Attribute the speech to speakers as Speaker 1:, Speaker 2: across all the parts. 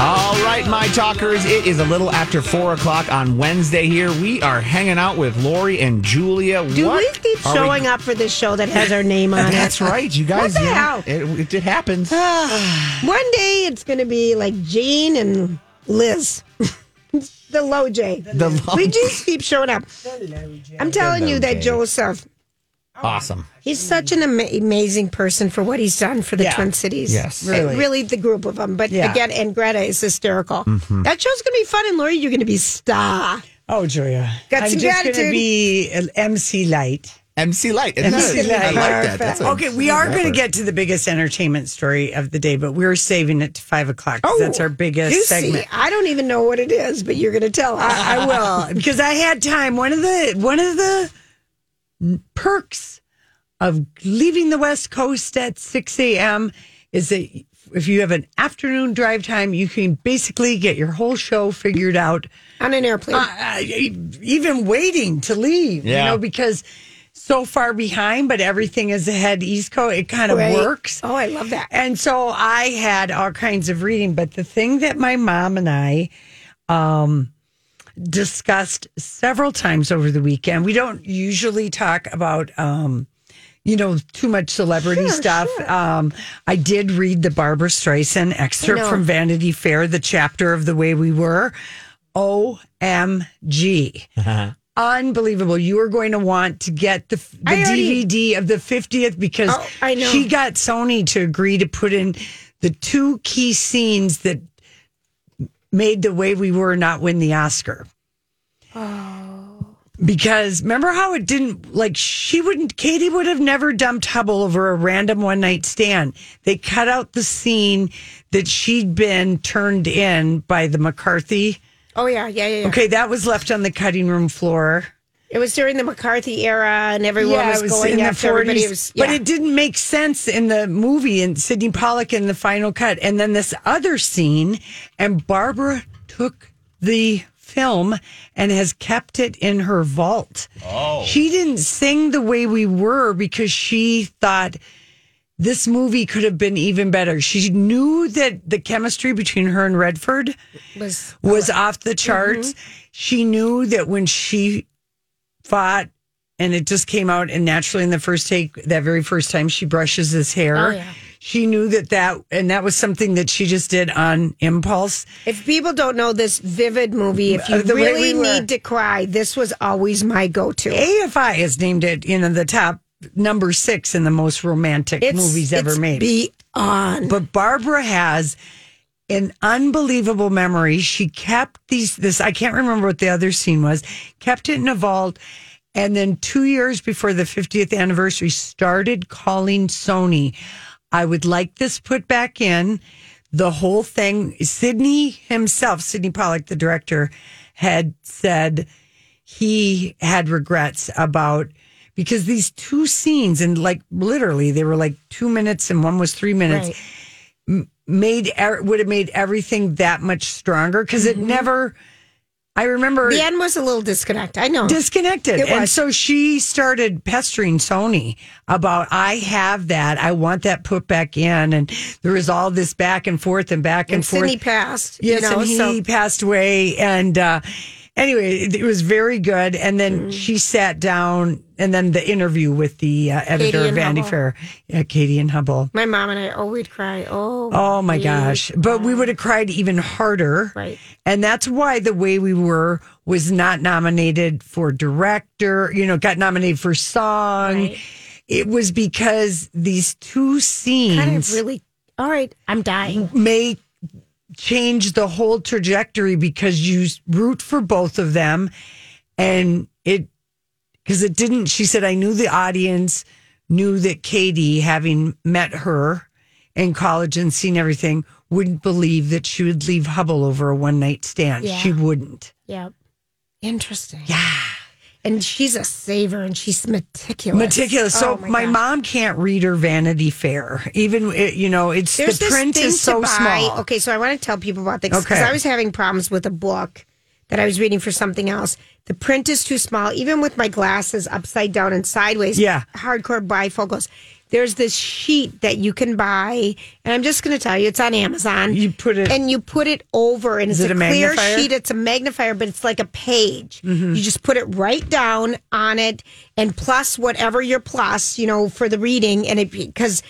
Speaker 1: All right, my talkers, it is a little after four o'clock on Wednesday here. We are hanging out with Lori and Julia.
Speaker 2: Do
Speaker 1: What
Speaker 2: we keep
Speaker 1: are
Speaker 2: showing up for this show that has our name on it?
Speaker 1: That's right, you guys.
Speaker 2: What the
Speaker 1: you know,
Speaker 2: hell? Uh,
Speaker 1: It, it, it happens.
Speaker 2: One day it's going to be like Jane and Liz. the low J.
Speaker 1: The low-
Speaker 2: we just keep showing up. I'm telling
Speaker 1: The
Speaker 2: you
Speaker 1: low
Speaker 2: that
Speaker 1: J.
Speaker 2: Joseph,
Speaker 1: Awesome.
Speaker 2: he's such an ama- amazing person for what he's done for the
Speaker 3: Yeah.
Speaker 2: Twin Cities.
Speaker 1: Yes.
Speaker 2: Uh, Really. the group of them. But
Speaker 3: Yeah.
Speaker 2: again, and Greta is hysterical. That show's going to be fun. And Lori, you're going to be star.
Speaker 3: Oh, Julia.
Speaker 2: Got
Speaker 3: I'm
Speaker 2: some
Speaker 3: just going to
Speaker 2: gratitude.
Speaker 3: be an MC Light.
Speaker 1: MC Light. Isn't
Speaker 3: MC
Speaker 1: that- I like
Speaker 3: Light.
Speaker 1: that. That's a-
Speaker 3: Okay, we are going to get to the biggest entertainment story of the day, but we're saving it to five o'clock.
Speaker 2: Oh.
Speaker 3: 'cause that's our biggest
Speaker 2: juicy.
Speaker 3: segment.
Speaker 2: I don't even know what it is, but you're going to tell.
Speaker 3: I, I will because I had time. One of the one of the perks of leaving the West Coast at six a.m. is that if you have an afternoon drive time, you can basically get your whole show figured out
Speaker 2: on an airplane.
Speaker 3: uh, even waiting to leave,
Speaker 1: Yeah.
Speaker 3: you know, because so far behind, but everything is ahead East Coast. It kind of
Speaker 2: Right.
Speaker 3: works.
Speaker 2: Oh, I love that.
Speaker 3: And so I had all kinds of reading, but the thing that my mom and I um, discussed several times over the weekend, we don't usually talk about, um, you know, too much celebrity
Speaker 2: Sure,
Speaker 3: stuff.
Speaker 2: sure.
Speaker 3: Um, I did read the Barbara Streisand excerpt
Speaker 2: know.
Speaker 3: from Vanity Fair, the chapter of The Way We Were. OMG. Unbelievable. You are going to want to get the, f- the
Speaker 2: I already-
Speaker 3: DVD of the 50th because
Speaker 2: Oh, I know.
Speaker 3: she got Sony to agree to put in the two key scenes that made the way we were not win the Oscar.
Speaker 2: Oh.
Speaker 3: Because remember how it didn't like she wouldn't Katie would have never dumped Hubble over a random one night stand. They cut out the scene that she'd been turned in by the McCarthy.
Speaker 2: Oh yeah, yeah, yeah. yeah.
Speaker 3: Okay, that was left on the cutting room floor.
Speaker 2: It was during the McCarthy era, and everyone was, going after everybody. It was, yeah.
Speaker 3: but it didn't make sense in the movie and Sidney Pollock in the final cut. And then this other scene, and Barbara took the film and has kept it in her vault. Oh. She didn't sing the way we were because she thought this movie could have been even better. She knew that the chemistry between her and Redford
Speaker 2: was Mm-hmm.
Speaker 3: was off the charts. She knew that when she fought and it just came out and naturally in the first take, that very first time she brushes his hair,
Speaker 2: Oh, yeah.
Speaker 3: she knew that that, and that was something that she just did on impulse.
Speaker 2: If people don't know this vivid movie, if you
Speaker 3: Uh, the way
Speaker 2: really
Speaker 3: we were.
Speaker 2: need to cry, this was always my go-to.
Speaker 3: AFI has named it, you know, the top number six in the most romantic movies ever
Speaker 2: it's
Speaker 3: made.
Speaker 2: Beyond.
Speaker 3: but Barbara has an unbelievable memory. She kept these this I can't remember what the other scene was, kept it in a vault and then 2 years before the 50th anniversary started calling Sony. I would like this put back in. The whole thing Sidney himself, Sidney Pollack the director had said he had regrets about because these two scenes and like literally they were like 2 minutes and one was 3 minutes
Speaker 2: Right.
Speaker 3: made er- would have made everything that much stronger because it never. I remember
Speaker 2: Mm-hmm. The end was a little disconnect. I know.
Speaker 3: disconnected,
Speaker 2: It
Speaker 3: and
Speaker 2: was.
Speaker 3: so she started pestering Sony about I have that, I want that put back in, and there was all this back and forth and back and,
Speaker 2: and
Speaker 3: forth.
Speaker 2: Sidney passed.
Speaker 3: Yes,
Speaker 2: you know,
Speaker 3: and he
Speaker 2: so
Speaker 3: passed away. And uh, anyway, it, it was very good. And
Speaker 2: Mm.
Speaker 3: then she sat down, and then the interview with the uh, editor
Speaker 2: Katie
Speaker 3: of
Speaker 2: and
Speaker 3: Vanity
Speaker 2: Hubble.
Speaker 3: Fair, yeah, Katie and Hubble.
Speaker 2: my mom and I, oh, we'd cry. Oh,
Speaker 3: Oh my
Speaker 2: we'd
Speaker 3: gosh. But we would have cried even harder.
Speaker 2: Right.
Speaker 3: And that's why The Way We Were was not nominated for director, you know, got nominated for song.
Speaker 2: Right.
Speaker 3: It was because these two scenes
Speaker 2: kind of really. All right, I'm dying.
Speaker 3: may change the whole trajectory because you s- root for both of them and it because it didn't she said i knew the audience knew that katie having met her in college and seen everything wouldn't believe that she would leave Hubble over a one night stand.
Speaker 2: Yeah.
Speaker 3: She wouldn't.
Speaker 2: Yep. Interesting. Yeah. And she's a saver and she's meticulous.
Speaker 3: Meticulous. So
Speaker 2: Oh,
Speaker 3: my,
Speaker 2: God.
Speaker 3: mom can't read her Vanity Fair. Even it- you know, it's
Speaker 2: There's
Speaker 3: the
Speaker 2: this
Speaker 3: print
Speaker 2: thing
Speaker 3: is so
Speaker 2: to buy.
Speaker 3: small.
Speaker 2: Okay, so I want to tell people about this because
Speaker 3: Okay.
Speaker 2: I was having problems with a book that I was reading for something else. The print is too small, even with my glasses upside down and sideways.
Speaker 3: Yeah.
Speaker 2: hardcore bifocals. There's this sheet that you can buy, and I'm just going to tell you, it's on Amazon.
Speaker 3: You put it-
Speaker 2: and you put it over, and
Speaker 3: Is
Speaker 2: it's
Speaker 3: it
Speaker 2: a,
Speaker 3: a
Speaker 2: clear
Speaker 3: magnifier?
Speaker 2: sheet. It's a magnifier, but it's like a page.
Speaker 3: Mm-hmm.
Speaker 2: You just put it right down on it, and plus whatever your plus, you know, for the reading, and it because.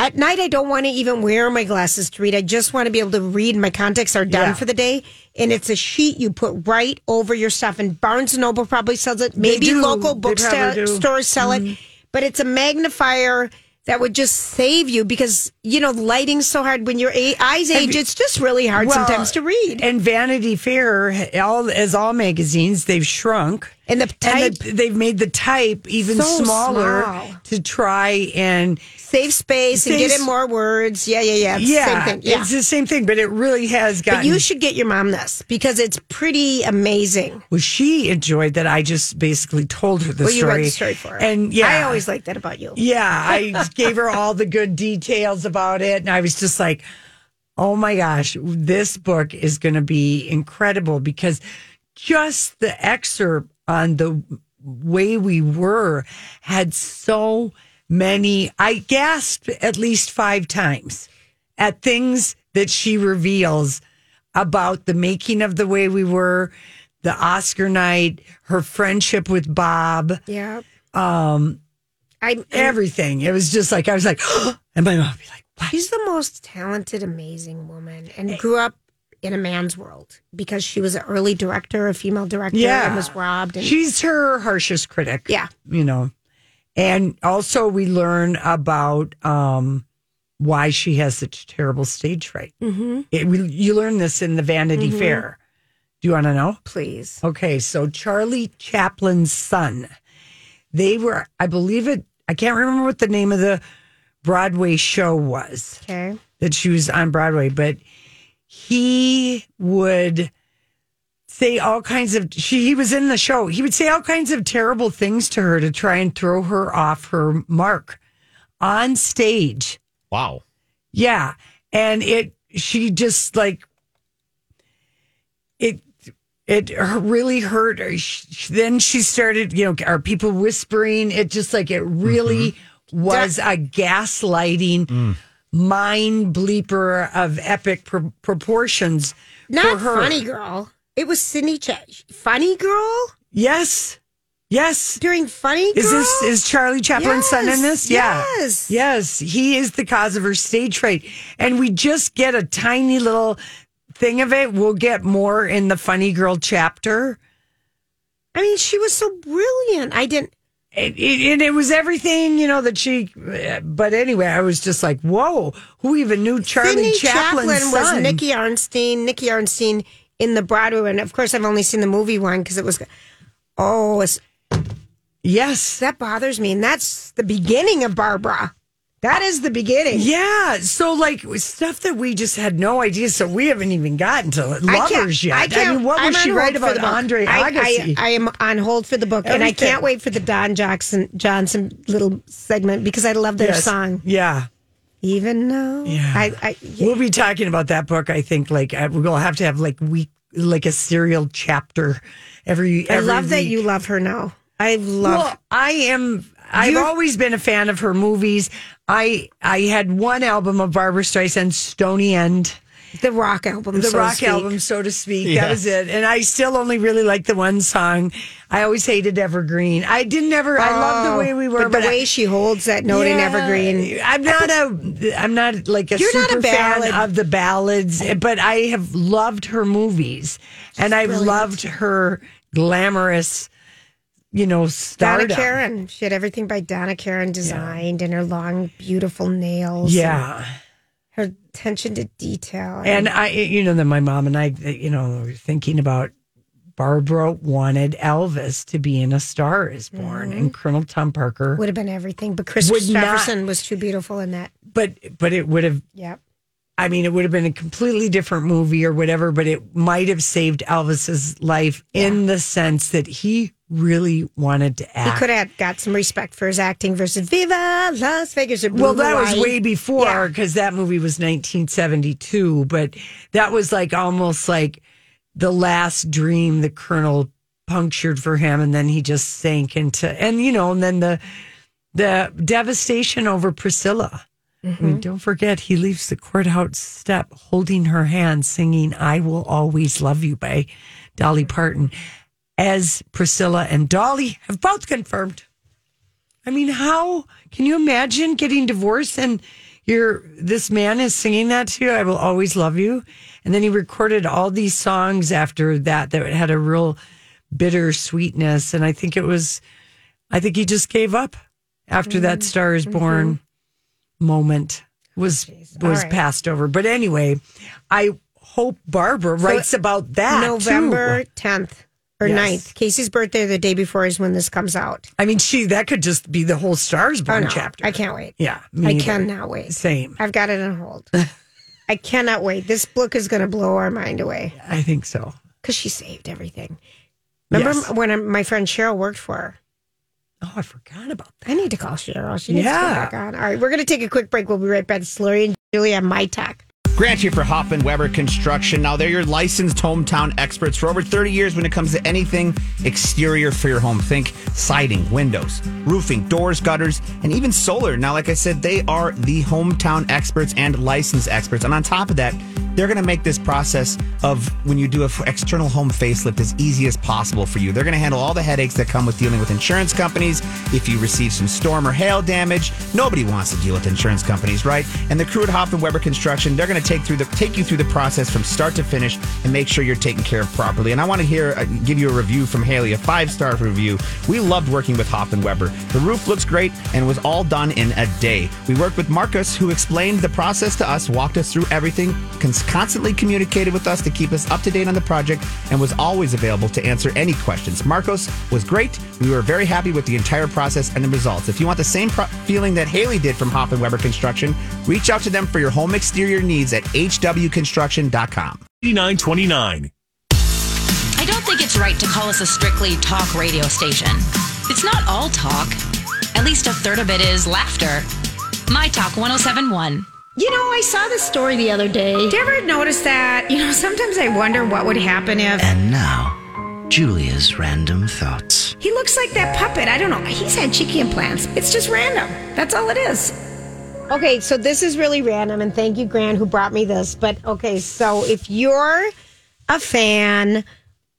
Speaker 2: At night, I don't want to even wear my glasses to read. I just want to be able to read. My contacts are done
Speaker 3: Yeah.
Speaker 2: for the day, and it's a sheet you put right over your stuff. And Barnes and Noble probably sells it. Maybe
Speaker 3: do.
Speaker 2: local
Speaker 3: They probably do. Mm-hmm.
Speaker 2: bookstores stores sell it, but it's a magnifier that would just save you because you know the lighting's so hard when your a- eyes age. it's just really hard
Speaker 3: Well,
Speaker 2: sometimes to read.
Speaker 3: And Vanity Fair, all as all magazines, they've shrunk.
Speaker 2: And the
Speaker 3: And
Speaker 2: type
Speaker 3: the, they've made the type even
Speaker 2: So
Speaker 3: smaller
Speaker 2: small.
Speaker 3: to try and
Speaker 2: save space and get
Speaker 3: Saves-
Speaker 2: in more words. Yeah, yeah, yeah. It's the
Speaker 3: yeah,
Speaker 2: same thing. Yeah.
Speaker 3: it's the same thing. But it really has gotten.
Speaker 2: but you should get your mom this because it's pretty amazing.
Speaker 3: well, she enjoyed that. I just basically told her the
Speaker 2: Well, you
Speaker 3: story.
Speaker 2: read the story for her.
Speaker 3: and yeah,
Speaker 2: I always like that about you.
Speaker 3: Yeah, I gave her all the good details about it. And I was just like, oh my gosh, this book is going to be incredible because just the excerpt on the way we were had so many. I gasped at least five times at things that she reveals about the making of the way we were, the Oscar night, her friendship with Bob
Speaker 2: Yeah. Um, I'm
Speaker 3: everything. It was just like I was like, and my mom would be like, "What?"
Speaker 2: She's the most talented, amazing woman and grew up in a man's world because she was an early director, a female director,
Speaker 3: Yeah.
Speaker 2: and was robbed. And
Speaker 3: She's her harshest critic.
Speaker 2: yeah.
Speaker 3: you know. And also, we learn about um, why she has such terrible stage fright.
Speaker 2: Mm-hmm.
Speaker 3: It, we, you learn this in the Vanity Fair. Do you want to know?
Speaker 2: Please.
Speaker 3: Okay, so Charlie Chaplin's son. They were, I believe it. I can't remember what the name of the Broadway show was.
Speaker 2: Okay.
Speaker 3: that she was on Broadway, but he would say all kinds of she he was in the show. He would say all kinds of terrible things to her to try and throw her off her mark on stage.
Speaker 1: Wow.
Speaker 3: Yeah. And it, she just like, it, it really hurt her. She, then she started, you know, are people whispering? It just like, it really was a gaslighting mind bleeper of epic pro- proportions.
Speaker 2: Not
Speaker 3: for her.
Speaker 2: funny girl. It was Cindy Ch- Funny girl
Speaker 3: Yes. Yes.
Speaker 2: during Funny Girl.
Speaker 3: Is this is Charlie Chaplin's son in
Speaker 2: Yes,
Speaker 3: this? Yeah.
Speaker 2: yes.
Speaker 3: Yes, he is the cause of her stage fright. And we just get a tiny little thing of it. We'll get more in the funny girl chapter.
Speaker 2: I mean, she was so brilliant. I didn't.
Speaker 3: It, it, and it was everything, you know, that she. But anyway, I was just like, "Whoa! Who even knew Charlie
Speaker 2: Cindy
Speaker 3: Chaplin's
Speaker 2: Chaplin was
Speaker 3: son?"
Speaker 2: Nikki Arnstein. Nikki Arnstein in the Broadway one. Of course, I've only seen the movie one because it was. Oh, it's
Speaker 3: yes,
Speaker 2: that bothers me. And that's the beginning of Barbara. That is the beginning.
Speaker 3: yeah. So like stuff that we just had no idea. So we haven't even gotten to lovers yet. I, mean, what
Speaker 2: I'm
Speaker 3: was she
Speaker 2: on
Speaker 3: right
Speaker 2: hold for
Speaker 3: about
Speaker 2: the book.
Speaker 3: Andre
Speaker 2: I,
Speaker 3: Agassi?
Speaker 2: I, I am on hold for the book, and I
Speaker 3: Everything.
Speaker 2: can't wait for the Don Jackson Johnson little segment because I love their
Speaker 3: Yes.
Speaker 2: song.
Speaker 3: Yeah.
Speaker 2: Even now,
Speaker 3: Yeah.
Speaker 2: I, I yeah.
Speaker 3: We'll be talking about that book. I think like I- we'll have to have like week like a serial chapter every.
Speaker 2: I
Speaker 3: every
Speaker 2: love that
Speaker 3: week.
Speaker 2: you love her now. I love.
Speaker 3: Well, I am. I've
Speaker 2: You're-
Speaker 3: always been a fan of her movies. I I had one album of Barbara Streisand, Stony End,
Speaker 2: the rock album.
Speaker 3: the
Speaker 2: so to
Speaker 3: rock
Speaker 2: speak.
Speaker 3: album, so to speak.
Speaker 1: Yeah.
Speaker 3: That was it. And I still only really liked the one song. I always hated Evergreen. I didn't ever. I loved the way we were,
Speaker 2: Oh, but the way
Speaker 3: I,
Speaker 2: she holds that note in
Speaker 3: Yeah.
Speaker 2: Evergreen.
Speaker 3: I'm not a I'm not like a
Speaker 2: You're not a
Speaker 3: super fan
Speaker 2: ballad-
Speaker 3: of the ballads, but I have loved her movies and I've
Speaker 2: brilliant.
Speaker 3: loved her glamorous, you know,
Speaker 2: Donna
Speaker 3: stardom.
Speaker 2: Karen. She had everything by Donna Karen designed, and her long, beautiful nails.
Speaker 3: Yeah,
Speaker 2: her attention to detail.
Speaker 3: and I, you know, then my mom and I, you know, were thinking about Barbara wanted Elvis to be in A
Speaker 2: Mm-hmm.
Speaker 3: Star Is Born, and Colonel Tom Parker
Speaker 2: would have been everything, but Chris
Speaker 3: Would not-
Speaker 2: Jefferson was too beautiful in that.
Speaker 3: but but it would have
Speaker 2: Yep.
Speaker 3: I mean, it would have been a completely different movie or whatever, but it might have saved Elvis's life in the sense that he really wanted to
Speaker 2: He
Speaker 3: act.
Speaker 2: could have got some respect for his acting versus Viva Las Vegas. Or Blue
Speaker 3: well, that was
Speaker 2: Hawaii.
Speaker 3: way before
Speaker 2: Yeah.
Speaker 3: because that movie was 1972, but that was like almost like the last dream the Colonel punctured for him, and then he just sank into and you know, and then the the devastation over Priscilla. I
Speaker 2: Mm-hmm.
Speaker 3: mean, don't forget he leaves the courthouse step holding her hand, singing "I Will Always Love You" by Dolly Parton, as Priscilla and Dolly have both confirmed. I mean, how can you imagine getting divorced and you're this man is singing that to you? I will always love you. And then he recorded all these songs after that that had a real bitter sweetness. And I think it was, I think he just gave up after
Speaker 2: Mm-hmm.
Speaker 3: that Star is Born moment was was
Speaker 2: Oh, right.
Speaker 3: passed over. But anyway, I hope Barbara writes about that
Speaker 2: November
Speaker 3: Too.
Speaker 2: 10th or
Speaker 3: Yes.
Speaker 2: 9th. Casey's birthday, the day before, is when this comes out.
Speaker 3: I mean, she that could just be the whole Stars
Speaker 2: Oh,
Speaker 3: Born
Speaker 2: no.
Speaker 3: chapter.
Speaker 2: I can't wait.
Speaker 3: Yeah, me
Speaker 2: I
Speaker 3: neither.
Speaker 2: cannot wait.
Speaker 3: Same.
Speaker 2: I've got it on hold. I cannot wait. This book is going to blow our mind away
Speaker 3: I think so.
Speaker 2: because she saved everything. Remember
Speaker 3: Yes.
Speaker 2: when I, my friend Cheryl worked for her?
Speaker 3: Oh, I forgot about that.
Speaker 2: I need to call Cheryl. She needs to
Speaker 3: Yeah.
Speaker 2: come back on. All right, we're going to take a quick break. We'll be right back. It's Lori and Julia on My Talk.
Speaker 1: Grant here for Hoffman Weber Construction. Now, they're your licensed hometown experts for over 30 years when it comes to anything exterior for your home. Think siding, windows, roofing, doors, gutters, and even solar. Now, like I said, they are the hometown experts and licensed experts. And on top of that, they're going to make this process of when you do an external home facelift as easy as possible for you. They're going to handle all the headaches that come with dealing with insurance companies. If you receive some storm or hail damage, nobody wants to deal with insurance companies, right? And the crew at Hoffman Weber Construction, they're going to take through the take you through the process from start to finish and make sure you're taken care of properly. And I want to hear uh, give you a review from Haley, a five star review. We loved working with Hoffman Weber. The roof looks great and was all done in a day. We worked with Marcus, who explained the process to us, walked us through everything, cons- constantly communicated with us to keep us up to date on the project, and was always available to answer any questions. Marcos was great. We were very happy with the entire process and the results. If you want the same pro- feeling that Haley did from Hoff and Weber Construction, reach out to them for your home exterior needs at hwconstruction.com.
Speaker 4: 8929.
Speaker 5: I don't think it's right to call us a strictly talk radio station. It's not all talk. At least a third of it is laughter. My Talk 1071.
Speaker 6: You know, I saw this story the other day.
Speaker 2: Do you ever notice that? You know, sometimes I wonder what would happen if
Speaker 7: And now, Julia's random thoughts.
Speaker 2: he looks like that puppet. I don't know. He's had cheeky implants. It's just random. That's all it is. Okay, so this is really random, and thank you, Grant, who brought me this. But okay, so if you're a fan,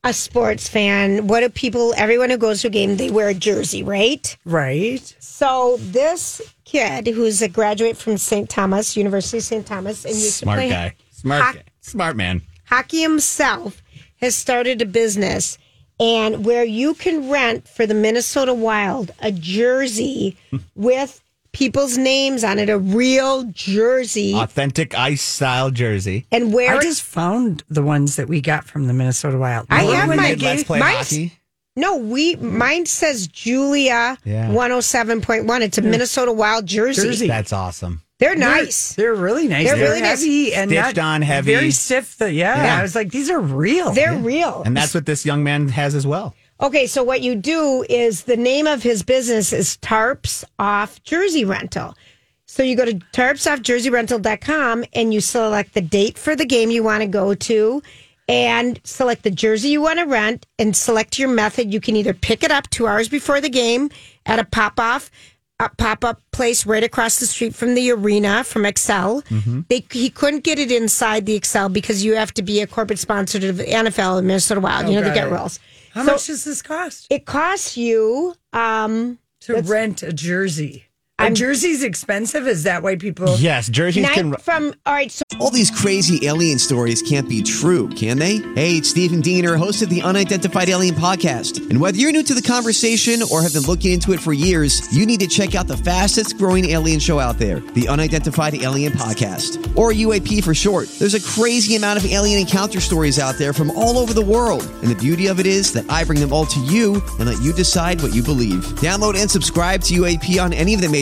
Speaker 2: a sports fan, what do people, everyone who goes to a game, they wear a jersey, right?
Speaker 3: Right.
Speaker 2: So this kid who's a graduate from St. Thomas, University of St. Thomas, and used to play
Speaker 1: Smart
Speaker 2: Hock-
Speaker 1: Smart man.
Speaker 2: hockey himself has started a business and where you can rent for the Minnesota Wild a jersey
Speaker 1: Hmm.
Speaker 2: with people's names on it, a real jersey,
Speaker 1: Authentic ice style jersey.
Speaker 2: and where
Speaker 3: I just found the ones that we got from the Minnesota Wild.
Speaker 2: I
Speaker 3: Remember
Speaker 2: have
Speaker 3: when
Speaker 2: my-
Speaker 3: they
Speaker 1: Let's
Speaker 3: gave-
Speaker 1: play
Speaker 2: mine's-
Speaker 1: hockey.
Speaker 2: no, we mine says Julia
Speaker 1: Yeah.
Speaker 2: one hundred seven point one. It's a Minnesota Wild jersey.
Speaker 3: Jersey.
Speaker 1: That's awesome.
Speaker 2: They're nice.
Speaker 3: They're really nice.
Speaker 2: They're really nice.
Speaker 3: heavy and
Speaker 1: Stitched
Speaker 3: not
Speaker 1: on heavy.
Speaker 3: Very stiff. That yeah,
Speaker 1: Yeah.
Speaker 3: I was like, these are real.
Speaker 2: They're, real.
Speaker 1: And that's what this young man has as well.
Speaker 2: Okay, so what you do is the name of his business is Tarps Off Jersey Rental. So you go to tarpsoffjerseyrental.com and you select the date for the game you want to go to and select the jersey you want to rent and select your method. You can either pick it up 2 hours before the game at a pop-off a pop-up place right across the street from the arena from Excel.
Speaker 3: Mm-hmm.
Speaker 2: They, he couldn't get it inside the Excel because you have to be a corporate sponsor to the NFL and Minnesota Wild. you know the
Speaker 3: got
Speaker 2: get
Speaker 3: it.
Speaker 2: rules.
Speaker 3: How
Speaker 2: So-
Speaker 3: much does this cost
Speaker 2: It costs you. Um,
Speaker 3: to rent a jersey? A jersey's expensive. Is that why people?
Speaker 1: Yes, jerseys
Speaker 2: nine
Speaker 1: can.
Speaker 2: from all right. So
Speaker 8: All these crazy alien stories can't be true, can they? Hey, it's Stephen Diener, host of the Unidentified Alien Podcast. And whether you're new to the conversation or have been looking into it for years, you need to check out the fastest growing alien show out there, the Unidentified Alien Podcast, or UAP for short. There's a crazy amount of alien encounter stories out there from all over the world. And the beauty of it is that I bring them all to you and let you decide what you believe. Download and subscribe to UAP on any of the major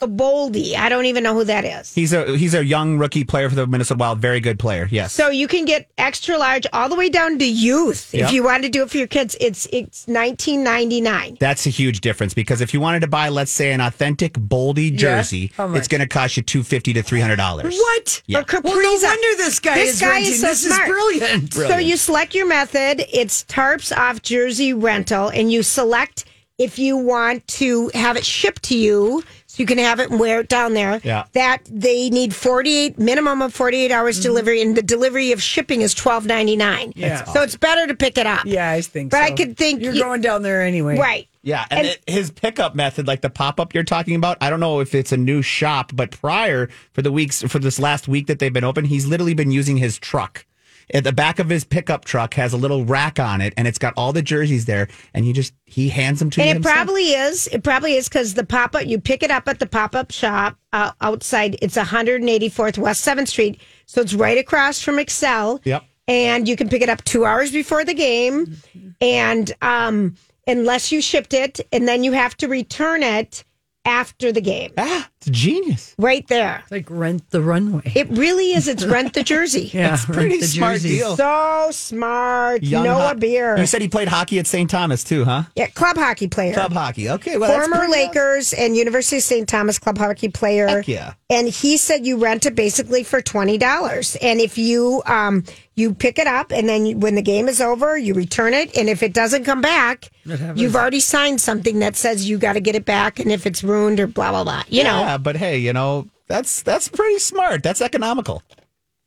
Speaker 2: Boldy. I don't even know who that is.
Speaker 1: He's a he's a young rookie player for the Minnesota Wild. Very good player. Yes.
Speaker 2: So you can get extra large all the way down to youth
Speaker 1: Yeah.
Speaker 2: if you want to do it for your kids. It's it's nineteen ninety nine.
Speaker 1: That's a huge difference because if you wanted to buy, let's say, an authentic Boldy jersey,
Speaker 3: How much?
Speaker 1: it's going to cost you two fifty to three hundred dollars.
Speaker 3: What?
Speaker 1: Yeah.
Speaker 2: Or Capriza.
Speaker 3: Well, no wonder this guy
Speaker 2: This
Speaker 3: is
Speaker 2: guy
Speaker 3: renting.
Speaker 2: is so
Speaker 3: this
Speaker 2: smart.
Speaker 3: is brilliant.
Speaker 2: So you select your method. It's tarps off jersey rental, and you select if you want to have it shipped to you, so you can have it and wear it down there.
Speaker 1: Yeah.
Speaker 2: That they need forty eight minimum of forty eight hours
Speaker 3: Mm-hmm.
Speaker 2: delivery, and the delivery of shipping is twelve ninety nine.
Speaker 3: Yeah.
Speaker 2: So it's better to pick it up.
Speaker 3: Yeah, I think.
Speaker 2: But
Speaker 3: so.
Speaker 2: I could think
Speaker 3: you're
Speaker 2: you-
Speaker 3: going down there anyway,
Speaker 2: Right.
Speaker 1: Yeah, and,
Speaker 2: And-
Speaker 1: it, his pickup method, like the pop up you're talking about, I don't know if it's a new shop, but prior for the weeks for this last week that they've been open, he's literally been using his truck. At the back of his pickup truck has a little rack on it, and it's got all the jerseys there, and he just he hands them to you.
Speaker 2: And it
Speaker 1: himself.
Speaker 2: probably is. It probably is because the pop up, you pick it up at the pop up shop uh, outside. It's 184th West 7th Street. So it's right across from Excel.
Speaker 1: Yep.
Speaker 2: And you can pick it up two hours before the game. And um, unless you shipped it, and then you have to return it after the game.
Speaker 1: ah, it's genius.
Speaker 2: Right there.
Speaker 3: Like rent the runway.
Speaker 2: It really is. It's rent the jersey.
Speaker 3: Yeah,
Speaker 1: It's pretty
Speaker 3: rent the
Speaker 1: smart
Speaker 3: jerseys.
Speaker 1: deal.
Speaker 2: So smart.
Speaker 1: Young
Speaker 2: Noah
Speaker 1: hoc-
Speaker 2: Beer.
Speaker 1: You said he played hockey at St. Thomas too, huh?
Speaker 2: yeah, club hockey player.
Speaker 1: Club hockey. Okay, well, that's
Speaker 2: former
Speaker 1: pretty
Speaker 2: Lakers and University of St. Thomas club hockey player.
Speaker 1: Heck yeah.
Speaker 2: And he said you rent it basically for twenty dollars, and if you um you pick it up, and then you, when the game is over, you return it, and if it doesn't come back, you've already signed something that says you got to get it back, and if it's ruined or blah blah blah, you know,
Speaker 1: Yeah, but hey, you know that's that's pretty smart. That's economical.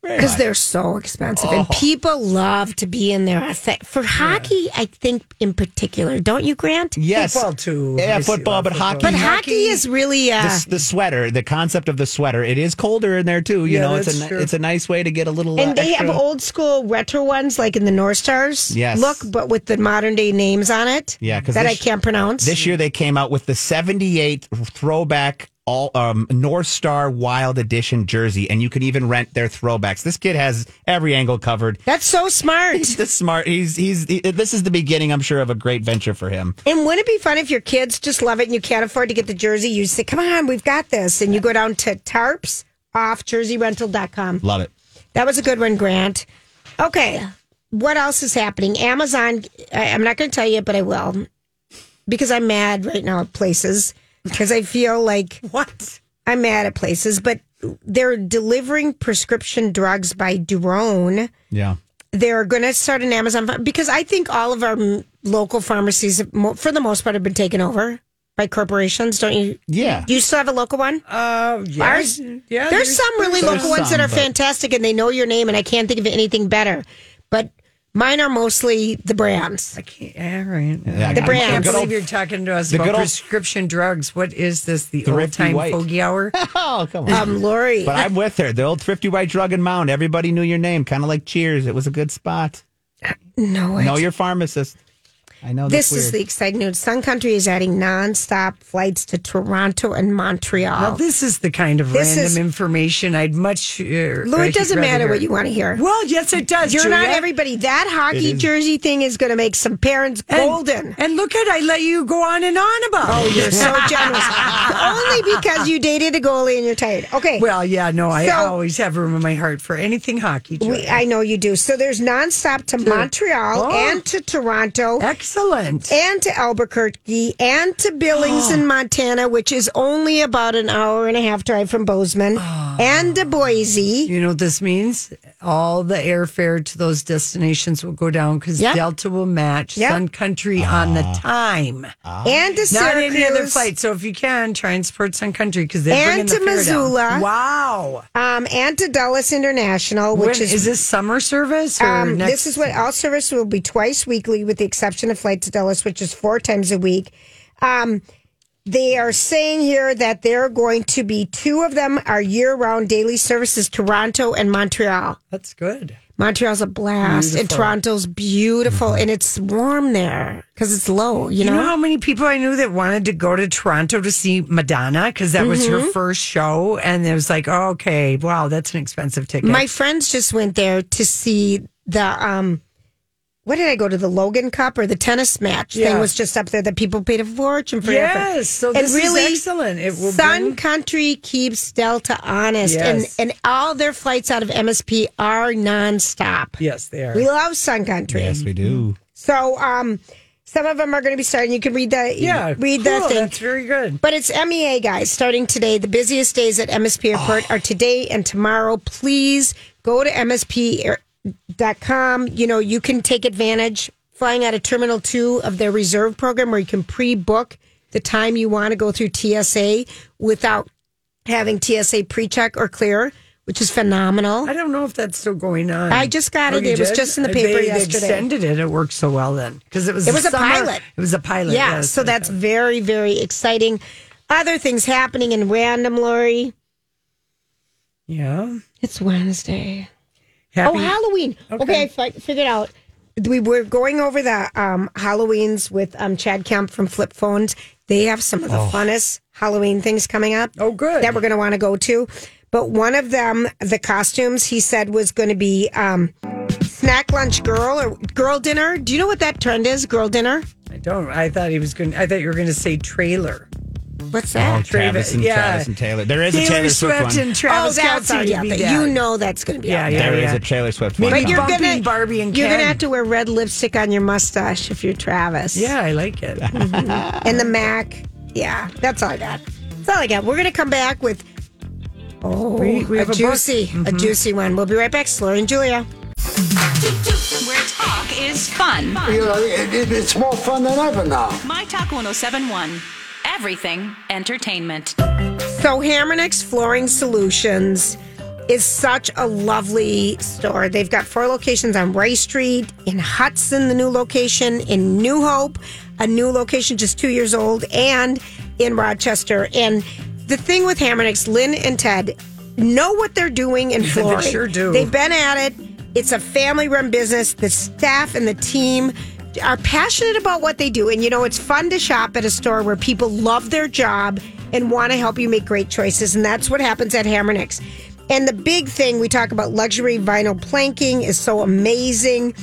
Speaker 1: Very
Speaker 2: because
Speaker 1: much. Oh.
Speaker 2: they're so expensive, and people love to be in there I thi- for hockey. I think in particular, don't you, Grant?
Speaker 1: yes,
Speaker 3: Football, too.
Speaker 1: Yeah,
Speaker 3: I see a
Speaker 1: football,
Speaker 3: lot of
Speaker 1: but
Speaker 3: football.
Speaker 1: hockey.
Speaker 2: But hockey is really uh,
Speaker 1: the, s- the sweater, the concept of the sweater. It is colder in there too. You
Speaker 3: Yeah,
Speaker 1: know, it's a
Speaker 3: that's
Speaker 1: ni-
Speaker 3: true.
Speaker 1: it's a nice way to get a little. uh,
Speaker 2: And they have
Speaker 1: extra-
Speaker 2: old school retro ones, like in the North Stars.
Speaker 1: Yes.
Speaker 2: Look, but with the modern day names on it.
Speaker 1: Yeah, 'cause
Speaker 2: that
Speaker 1: this-
Speaker 2: I can't pronounce.
Speaker 1: This year they came out with the '78 throwback all um, North Star Wild Edition jersey, and you can even rent their throwbacks. This kid has every angle covered.
Speaker 2: That's so smart.
Speaker 1: He's the smart. He's he's. he- this is the beginning, I'm sure, of a great venture for him.
Speaker 2: and wouldn't it be fun if your kids just love it and you can't afford to get the jersey? You say, "Come on, we've got this," and you go down to tarps off jerseyrental.com.
Speaker 1: Love it.
Speaker 2: That was a good one, Grant. Okay, what else is happening? Amazon. I, I'm not going to tell you, but I will, because I'm mad right now at places because I feel like
Speaker 3: What?
Speaker 2: I'm mad at places, but they're delivering prescription drugs by drone.
Speaker 1: Yeah.
Speaker 2: They're going to start an Amazon ph- because I think all of our m- local pharmacies, mo- for the most part, have been taken over by corporations. Don't you?
Speaker 1: Yeah.
Speaker 2: You still have a local one?
Speaker 3: Uh, yeah,
Speaker 2: Ours?
Speaker 3: yeah.
Speaker 2: there's, some really
Speaker 1: there's
Speaker 2: local ones that
Speaker 1: some,
Speaker 2: are
Speaker 1: but-
Speaker 2: fantastic and they know your name, and I can't think of anything better. But mine are mostly the brands.
Speaker 3: I can't. All right.
Speaker 1: Yeah,
Speaker 3: I
Speaker 1: the
Speaker 2: brand.
Speaker 3: can't
Speaker 2: The
Speaker 1: good
Speaker 3: believe
Speaker 1: old-
Speaker 3: you're talking to us
Speaker 1: the
Speaker 3: about
Speaker 1: good old-
Speaker 3: prescription drugs. What is this? The old
Speaker 1: Thrifty
Speaker 3: time
Speaker 1: white.
Speaker 3: fogey hour?
Speaker 1: Oh come on.
Speaker 2: Um, Lori.
Speaker 1: but I'm with her. The old thrifty white drug and mound. Everybody knew your name, kind of like Cheers. It was a good spot.
Speaker 2: no, it.
Speaker 1: Know your pharmacist. I know
Speaker 2: This
Speaker 1: that's weird.
Speaker 2: is the exciting news. Sun Country is adding nonstop flights to Toronto and Montreal.
Speaker 3: Well, this is the kind of
Speaker 2: This
Speaker 3: random
Speaker 2: is-
Speaker 3: information I'd much. Uh,
Speaker 2: Lou, it doesn't
Speaker 3: rather
Speaker 2: matter what
Speaker 3: hear.
Speaker 2: you want to hear.
Speaker 3: Well, yes, it does.
Speaker 2: You're not
Speaker 3: Julia.
Speaker 2: everybody. That
Speaker 1: It
Speaker 2: hockey
Speaker 1: is.
Speaker 2: jersey thing is going to make some parents
Speaker 3: And-
Speaker 2: golden.
Speaker 3: And look at I let you go on and on about. Oh,
Speaker 2: You're so generous. Only because you dated a goalie and you're tired. Okay.
Speaker 3: Well, yeah, no, I
Speaker 2: So-
Speaker 3: always have room in my heart for anything hockey.
Speaker 2: we,
Speaker 3: Julia.
Speaker 2: I know you do. So there's nonstop to Montreal
Speaker 3: Oh.
Speaker 2: and to Toronto.
Speaker 3: Excellent.
Speaker 2: and to Albuquerque and to Billings in Montana, which is only about an hour and a half drive from Bozeman,
Speaker 3: Oh.
Speaker 2: and to Boise.
Speaker 3: You know what this means? All the airfare to those destinations will go down because
Speaker 2: Yeah.
Speaker 3: Delta will match
Speaker 2: Yeah.
Speaker 3: Sun Country on the
Speaker 1: Ah.
Speaker 3: time.
Speaker 2: And to
Speaker 3: Not
Speaker 2: Syracuse.
Speaker 3: any other flight. So if you can, try and support Sun Country because they bring
Speaker 2: And
Speaker 3: in the
Speaker 2: to
Speaker 3: fare down.
Speaker 2: Missoula.
Speaker 3: Wow.
Speaker 2: Um, and to Dulles International, which
Speaker 3: When-
Speaker 2: is,
Speaker 3: is this summer service or
Speaker 2: um,
Speaker 3: next?
Speaker 2: this is what all service will be twice weekly, with the exception of flight to Dulles, which is four times a week. Um, they are saying here that there are going to be two of them are year round daily services, Toronto and Montreal.
Speaker 3: That's good.
Speaker 2: Montreal's a blast, and Toronto's beautiful, and it's warm there because it's low. You
Speaker 3: Mm-hmm. You
Speaker 2: know,
Speaker 3: know how many people I knew that wanted to go to Toronto to see Madonna because that was
Speaker 2: Mm-hmm.
Speaker 3: her first show, and it was like, oh, okay, wow, that's an expensive ticket.
Speaker 2: my friends just went there to see the um. What did I go to the Logan Cup or the tennis match
Speaker 3: Yeah.
Speaker 2: thing was just up there that people paid a fortune for.
Speaker 3: Yes, so
Speaker 2: And
Speaker 3: this is excellent. It will
Speaker 2: Sun
Speaker 3: bring-
Speaker 2: Country keeps Delta honest,
Speaker 3: Yes.
Speaker 2: and and all their flights out of MSP are nonstop.
Speaker 3: yes, they are.
Speaker 2: We love Sun Country.
Speaker 1: Yes, we do.
Speaker 2: So um, some of them are going to be starting. You can read the
Speaker 3: yeah,
Speaker 2: read
Speaker 3: cool,
Speaker 2: the thing.
Speaker 3: That's very good.
Speaker 2: But it's MEA, guys, starting today. The busiest days at MSP Airport are today and tomorrow. Please go to MSP.com. You know, you can take advantage flying out of Terminal 2 of their reserve program where you can pre book the time you want to go through TSA without having TSA pre check or clear, which is phenomenal.
Speaker 3: I don't know if that's still going on. Oh,
Speaker 2: I just got it.
Speaker 3: you
Speaker 2: It was just in the paper
Speaker 3: They- they
Speaker 2: yesterday.
Speaker 3: extended it. It worked so well then because it was
Speaker 2: It
Speaker 3: the
Speaker 2: was a
Speaker 3: summer-
Speaker 2: pilot.
Speaker 3: It was a pilot.
Speaker 2: Yeah,
Speaker 3: yes,
Speaker 2: so
Speaker 3: I
Speaker 2: that's
Speaker 3: thought.
Speaker 2: very, very exciting. Other things happening in random, Lori.
Speaker 3: yeah.
Speaker 2: It's Wednesday. Oh,
Speaker 3: Happy,
Speaker 2: Halloween. Okay, I fi- figured out. We were going over the um, Halloweens with um, Chad Kemp from Flip Phones. They have some of the funnest Halloween things coming up.
Speaker 3: Oh, good.
Speaker 2: That we're going to want to go to. But one of them, the costumes, he said was going to be um, snack lunch girl or girl dinner. Do you know what that trend is? Girl dinner?
Speaker 3: I don't. I thought he was going. to I thought you were going to say trailer.
Speaker 2: What's
Speaker 1: Oh,
Speaker 2: that?
Speaker 1: Travis and
Speaker 3: yeah.
Speaker 1: Travis and Taylor. There is a
Speaker 3: Taylor
Speaker 1: Taylor Swift,
Speaker 3: Swift
Speaker 1: one.
Speaker 3: and Travis
Speaker 2: oh, that's
Speaker 3: Kelsey.
Speaker 2: already
Speaker 3: to
Speaker 2: out
Speaker 3: be
Speaker 2: there.
Speaker 3: dead.
Speaker 2: You know that's going to be
Speaker 3: Yeah,
Speaker 2: out
Speaker 3: yeah,
Speaker 1: There is
Speaker 3: yeah.
Speaker 1: a Taylor Swift one.
Speaker 3: Maybe
Speaker 2: But
Speaker 1: coming.
Speaker 2: you're
Speaker 3: Bumping
Speaker 2: gonna
Speaker 3: Barbie and
Speaker 2: you're gonna
Speaker 3: Ken.
Speaker 2: have to wear red lipstick on your mustache if you're Travis.
Speaker 3: Yeah, I like it.
Speaker 2: and the Mac. Yeah, that's all I got. That's all I got. We're gonna come back with oh
Speaker 3: We- we
Speaker 2: a
Speaker 3: have a Mm-hmm. book.
Speaker 2: juicy a juicy one. We'll be right back. It's Lori and Julia.
Speaker 5: Where talk is fun.
Speaker 9: You know, it, it, it's more fun than ever now.
Speaker 5: My Talk 1071. Everything entertainment.
Speaker 2: So Hammernex Flooring Solutions is such a lovely store. They've got four locations on Ray Street, in Hudson, the new location, in New Hope, a new location just two years old, and in Rochester. And the thing with Hammernex, Lynn and Ted know what they're doing in flooring.
Speaker 3: sure do.
Speaker 2: They've been at it. It's a family run business. The staff and the team are passionate about what they do. And you know, it's fun to shop at a store where people love their job and want to help you make great choices. And that's what happens at Hammernix. And the big thing we talk about luxury vinyl planking is so amazing.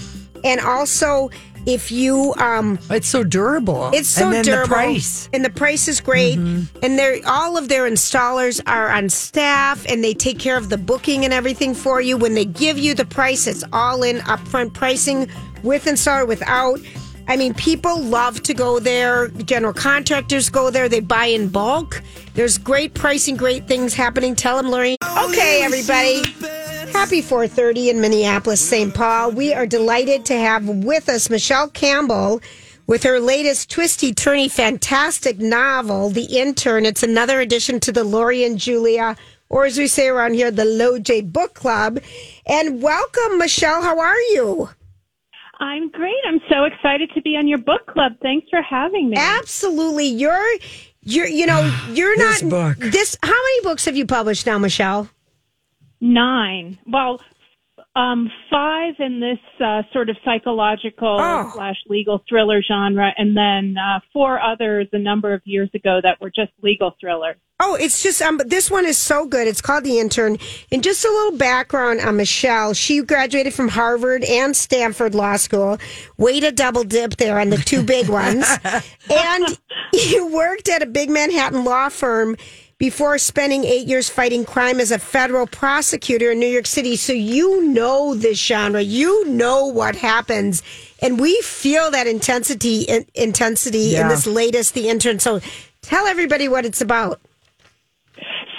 Speaker 2: And also, if you um,
Speaker 3: It's so durable.
Speaker 2: it's so
Speaker 3: and then
Speaker 2: durable.
Speaker 3: The price. Mm-hmm.
Speaker 2: And the price is great. And they're all of their installers are on staff and they take care of the booking and everything for you. When they give you the price, it's all in upfront pricing with installer, without. I mean, people love to go there. General contractors go there. They buy in bulk. There's great pricing, great things happening. Tell them, Lori. Okay, everybody. Happy 4:30 in Minneapolis, St. Paul. We are delighted to have with us Michelle Campbell with her latest twisty turny fantastic novel, The Intern. It's another addition to the Lori and Julia, or as we say around here, the Low J Book Club. And welcome, Michelle. How are you?
Speaker 10: I'm great. I'm so excited to be on your book club. Thanks for having me.
Speaker 2: Absolutely. You're you're you know, you're not
Speaker 3: This book.
Speaker 2: this how many books have you published now, Michelle?
Speaker 10: Nine. Well, um, five in this uh, sort of psychological
Speaker 2: Oh.
Speaker 10: slash legal thriller genre, and then uh, four others a number of years ago that were just legal thrillers.
Speaker 2: Oh, it's just um. but This one is so good. It's called The Intern. And just a little background on Michelle. She graduated from Harvard and Stanford Law School. Way to double dip there on the two big ones. and you worked at a big Manhattan law firm before spending eight years fighting crime as a federal prosecutor in New York City. So you know this genre. You know what happens. and we feel that intensity in, intensity in
Speaker 10: Yeah.
Speaker 2: this latest the intern. So tell everybody what it's about.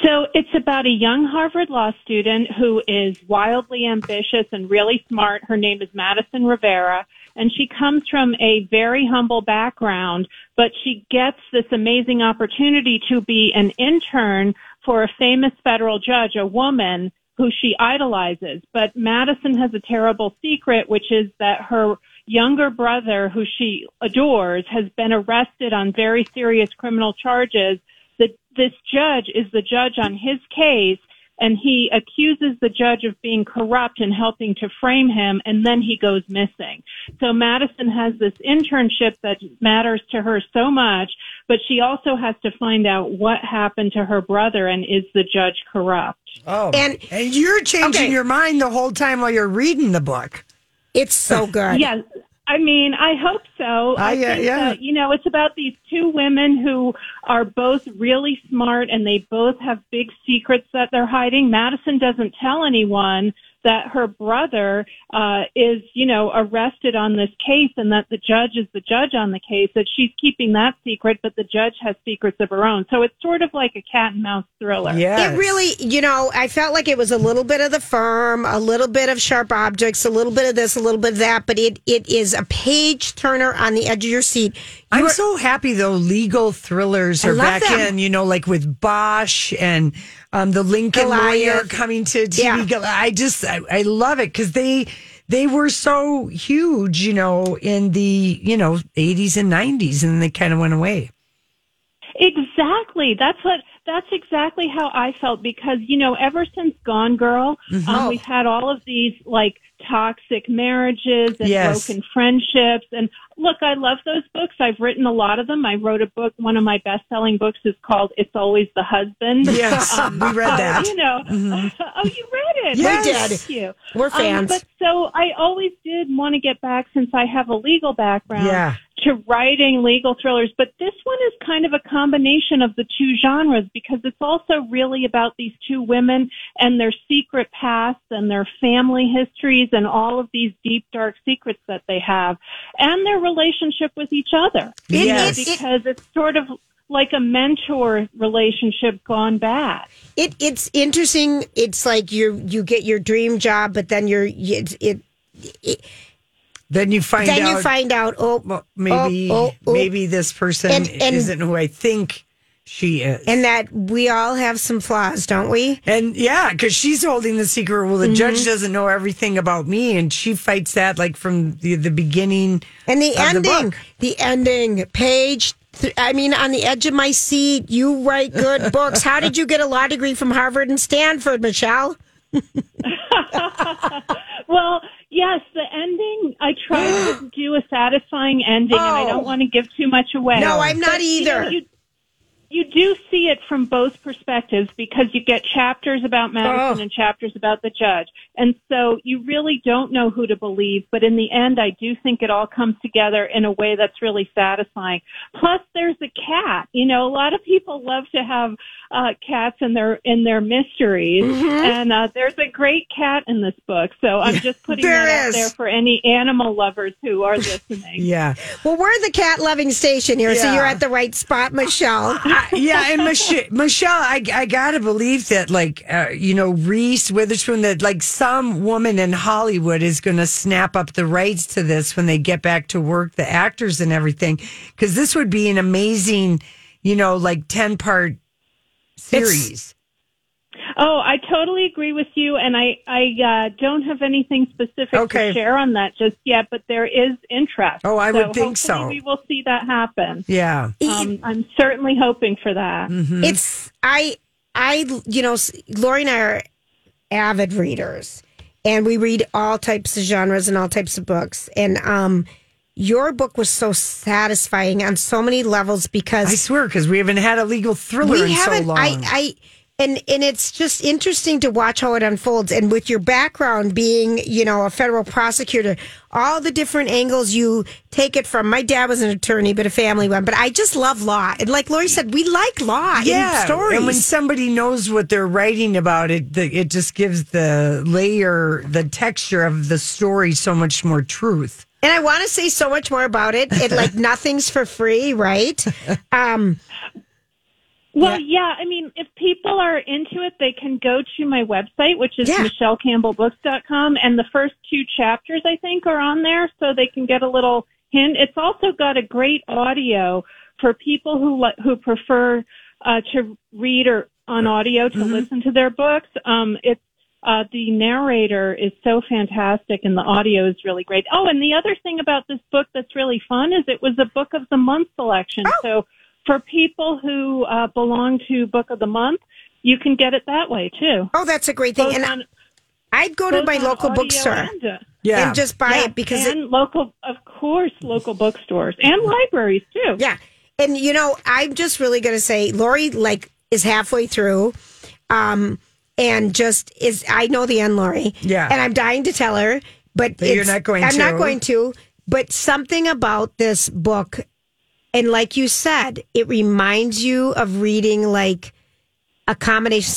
Speaker 10: So it's about a young Harvard law student who is wildly ambitious and really smart. Her name is Madison Rivera, and she comes from a very humble background, but she gets this amazing opportunity to be an intern for a famous federal judge, a woman who she idolizes. But Madison has a terrible secret, which is that her younger brother, who she adores, has been arrested on very serious criminal charges the, this judge is the judge on his case and he accuses the judge of being corrupt and helping to frame him and then he goes missing. So Madison has this internship that matters to her so much, but she also has to find out what happened to her brother and is the judge corrupt?
Speaker 3: Oh, and, you're changing your mind the whole time while you're reading the book.
Speaker 2: It's so good.
Speaker 10: Yes. I mean, I hope so.
Speaker 3: Ah,
Speaker 10: I
Speaker 3: yeah,
Speaker 10: think
Speaker 3: yeah.
Speaker 10: that, you know, it's about these two women who are both really smart and they both have big secrets that they're hiding. Madison doesn't tell anyone that her brother uh, is, you know, arrested on this case and that the judge is the judge on the case, that she's keeping that secret, but the judge has secrets of her own. So it's sort of like a cat and mouse thriller.
Speaker 2: It really, you know, I felt like it was a little bit of the firm, a little bit of sharp objects, a little bit of this, a little bit of that, but it, it is a page turner on the edge of your seat.
Speaker 3: I'm so happy though. Legal thrillers
Speaker 2: I
Speaker 3: are
Speaker 2: love
Speaker 3: back
Speaker 2: them.
Speaker 3: in. You know, like with Bosch and um, the Lincoln lawyer
Speaker 2: Goliath.
Speaker 3: coming to TV. Gol- I just I, I love it because they they were so huge. You know, in the you know 80s and 90s, and they kind of went away.
Speaker 10: Exactly. That's what. That's exactly how I felt because you know, ever since Gone Girl,
Speaker 11: Mhm.
Speaker 10: um,
Speaker 3: Mm-hmm.
Speaker 11: Oh.
Speaker 10: we've had all of these like toxic marriages and
Speaker 11: Yes.
Speaker 10: broken friendships. And look, I love those books. I've written a lot of them. I wrote a book. One of my best-selling books is called "It's Always the Husband."
Speaker 3: Yes,
Speaker 2: Um,
Speaker 3: we read
Speaker 10: so,
Speaker 3: that.
Speaker 10: You know. oh, you read it.
Speaker 3: We Yes. did.
Speaker 10: Thank you.
Speaker 3: We're
Speaker 10: Um,
Speaker 3: Mm-hmm. fans.
Speaker 10: but so I always did want to get back since I have a legal background
Speaker 3: Yeah.
Speaker 10: to writing legal thrillers, but this one is kind of a combination of the two genres because it's also really about these two women and their secret pasts and their family histories and all of these deep dark secrets that they have and their relationship with each other.
Speaker 2: It Yes. is-
Speaker 10: because it's sort of like a mentor relationship gone bad.
Speaker 2: It it's interesting. It's like you you get your dream job, but then you're it, it
Speaker 3: Then you find
Speaker 2: then
Speaker 3: out.
Speaker 2: you find out oh
Speaker 3: well, maybe
Speaker 2: oh, oh, oh.
Speaker 3: maybe this person
Speaker 2: And- and-
Speaker 3: isn't who I think she is.
Speaker 2: and that we all have some flaws, don't we?
Speaker 3: And yeah, because she's holding the secret. Well, the judge
Speaker 2: Mhm.
Speaker 3: doesn't know everything about me, and she fights that like from the, the beginning.
Speaker 2: And the
Speaker 3: of the
Speaker 2: ending,
Speaker 3: book.
Speaker 2: the, ending page. Th- I mean, on the edge of my seat. You write good books. How did you get a law degree from Harvard and Stanford, Michelle?
Speaker 10: Well, yes, the ending, I tried to do a satisfying ending, and I
Speaker 2: Oh.
Speaker 10: don't want to give too much away.
Speaker 2: No,
Speaker 3: Oh.
Speaker 2: I'm not
Speaker 10: you know,
Speaker 2: either.
Speaker 10: You, you do see it from both perspectives because you get chapters about Madison
Speaker 2: Oh.
Speaker 10: and chapters about the judge. And so you really don't know who to believe, but in the end, I do think it all comes together in a way that's really satisfying. Plus, there's a cat. You know, a lot of people love to have uh, cats in their in their mysteries,
Speaker 3: Mm-hmm.
Speaker 11: Mhm.
Speaker 10: and uh, there's a great cat in this book. So I'm just putting
Speaker 2: There
Speaker 10: that
Speaker 2: is.
Speaker 10: out there for any animal lovers who are listening.
Speaker 3: Yeah.
Speaker 2: Well, we're the cat loving station here, so
Speaker 3: Yeah. Mm-hmm.
Speaker 2: you're at the right spot, Michelle.
Speaker 3: yeah, and Michelle, Michelle I, I gotta believe that, like, uh, you know, Reese Witherspoon, that like some woman in Hollywood is gonna snap up the rights to this when they get back to work, the actors and everything, because this would be an amazing, you know, like ten part series.
Speaker 10: Oh, I totally agree with you, and I I uh, don't have anything specific
Speaker 3: Okay.
Speaker 10: to share on that just yet, but there is interest.
Speaker 3: Oh, I
Speaker 10: So
Speaker 3: would think so. E
Speaker 10: hopefully We will see that happen.
Speaker 3: Yeah.
Speaker 10: Um, I'm certainly hoping for that.
Speaker 2: It's I I you know s- Lori and I are avid readers, and we read all types of genres and all types of books. And um, your book was so satisfying on so many levels because
Speaker 3: I swear, because we haven't had a legal thriller in so long.
Speaker 2: I, I and and it's just interesting to watch how it unfolds. And with your background being, you know, a federal prosecutor, all the different angles you take it from. My dad was an attorney, but a family one. But I just love law. And like Lori said, we like law in stories.
Speaker 3: And when somebody knows what they're writing about, it the, it just gives the layer, the texture of the story so much more truth.
Speaker 2: And I want to say so much more about it. It like nothing's for free, right? Um,
Speaker 10: well, yeah. I mean, if people are into it, they can go to my website, which is
Speaker 2: Yeah.
Speaker 10: michellecampbellbooks.com, and the first two chapters I think are on there, so they can get a little hint. It's also got a great audio for people who li- who prefer uh, to read or on audio to listen to their books. Um, it's uh, the narrator is so fantastic, and the audio is really great. Oh, and the other thing about this book that's really fun is it was a book of the month selection. So for people who uh, belong to Book of the Month, you can get it that way too.
Speaker 2: Oh, that's a great thing.
Speaker 10: Both
Speaker 2: and
Speaker 10: on-
Speaker 2: I'd go to
Speaker 10: both
Speaker 2: my
Speaker 10: on
Speaker 2: local
Speaker 10: audio
Speaker 2: bookstore
Speaker 10: and, uh,
Speaker 2: Yeah. and just buy it because it-
Speaker 10: and local, of course, local bookstores and libraries too.
Speaker 2: Yeah. And you know, I'm just really going to say Lori like is halfway through. Um and just is I know the end, Lori.
Speaker 3: Yeah.
Speaker 2: And I'm dying to tell her, but
Speaker 3: But you're
Speaker 2: it's-
Speaker 3: not going
Speaker 2: I'm
Speaker 3: to.
Speaker 2: not going to, but something about this book and like you said, it reminds you of reading like a combination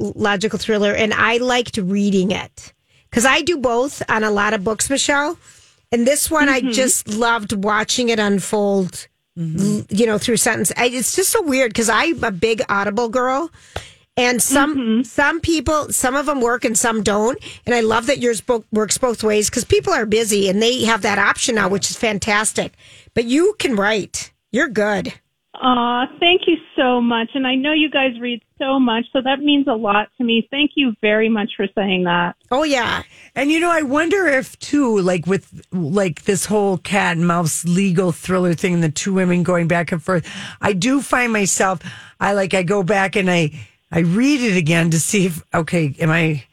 Speaker 2: psychological thriller, and I liked reading it because I do both on a lot of books, Michelle. And this one, I just loved watching it unfold. l- You know, through sentence, I, it's just so weird because I'm a big Audible girl, and some
Speaker 3: Mm-hmm.
Speaker 2: some people, some of them work and some don't. And I love that yours book works both ways because people are busy and they have that option now, which is fantastic. But you can write; you're good.
Speaker 10: Aw, thank you so much. And I know you guys read so much, so that means a lot to me. Thank you very much for saying that.
Speaker 2: Oh yeah.
Speaker 3: And you know, I wonder if too, like with like this whole cat and mouse legal thriller thing, the two women going back and forth. I do find myself, I like, I go back and I I read it again to see if okay, am I,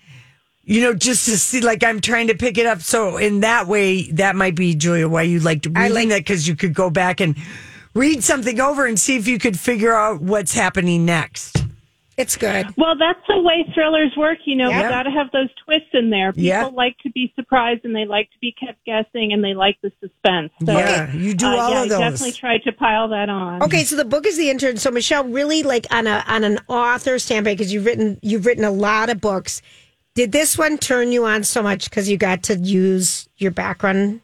Speaker 3: you know, just to see like I'm trying to pick it up. So in that way, that might be Julia why you liked reading that because you could go back and read something over and see if you could figure out what's happening next.
Speaker 2: It's good.
Speaker 10: Well, that's the way thrillers work. You know,
Speaker 3: Yeah.
Speaker 10: we got to have those twists in there. People
Speaker 3: Yeah.
Speaker 10: like to be surprised, and they like to be kept guessing, and they like the suspense. So,
Speaker 3: Yeah, you do
Speaker 10: uh,
Speaker 3: all
Speaker 10: yeah,
Speaker 3: of those.
Speaker 10: I definitely tried to pile that on.
Speaker 2: Okay, so the book is the intern. So Michelle, really like on a on an author standpoint, because you've written you've written a lot of books. Did this one turn you on so much because you got to use your background?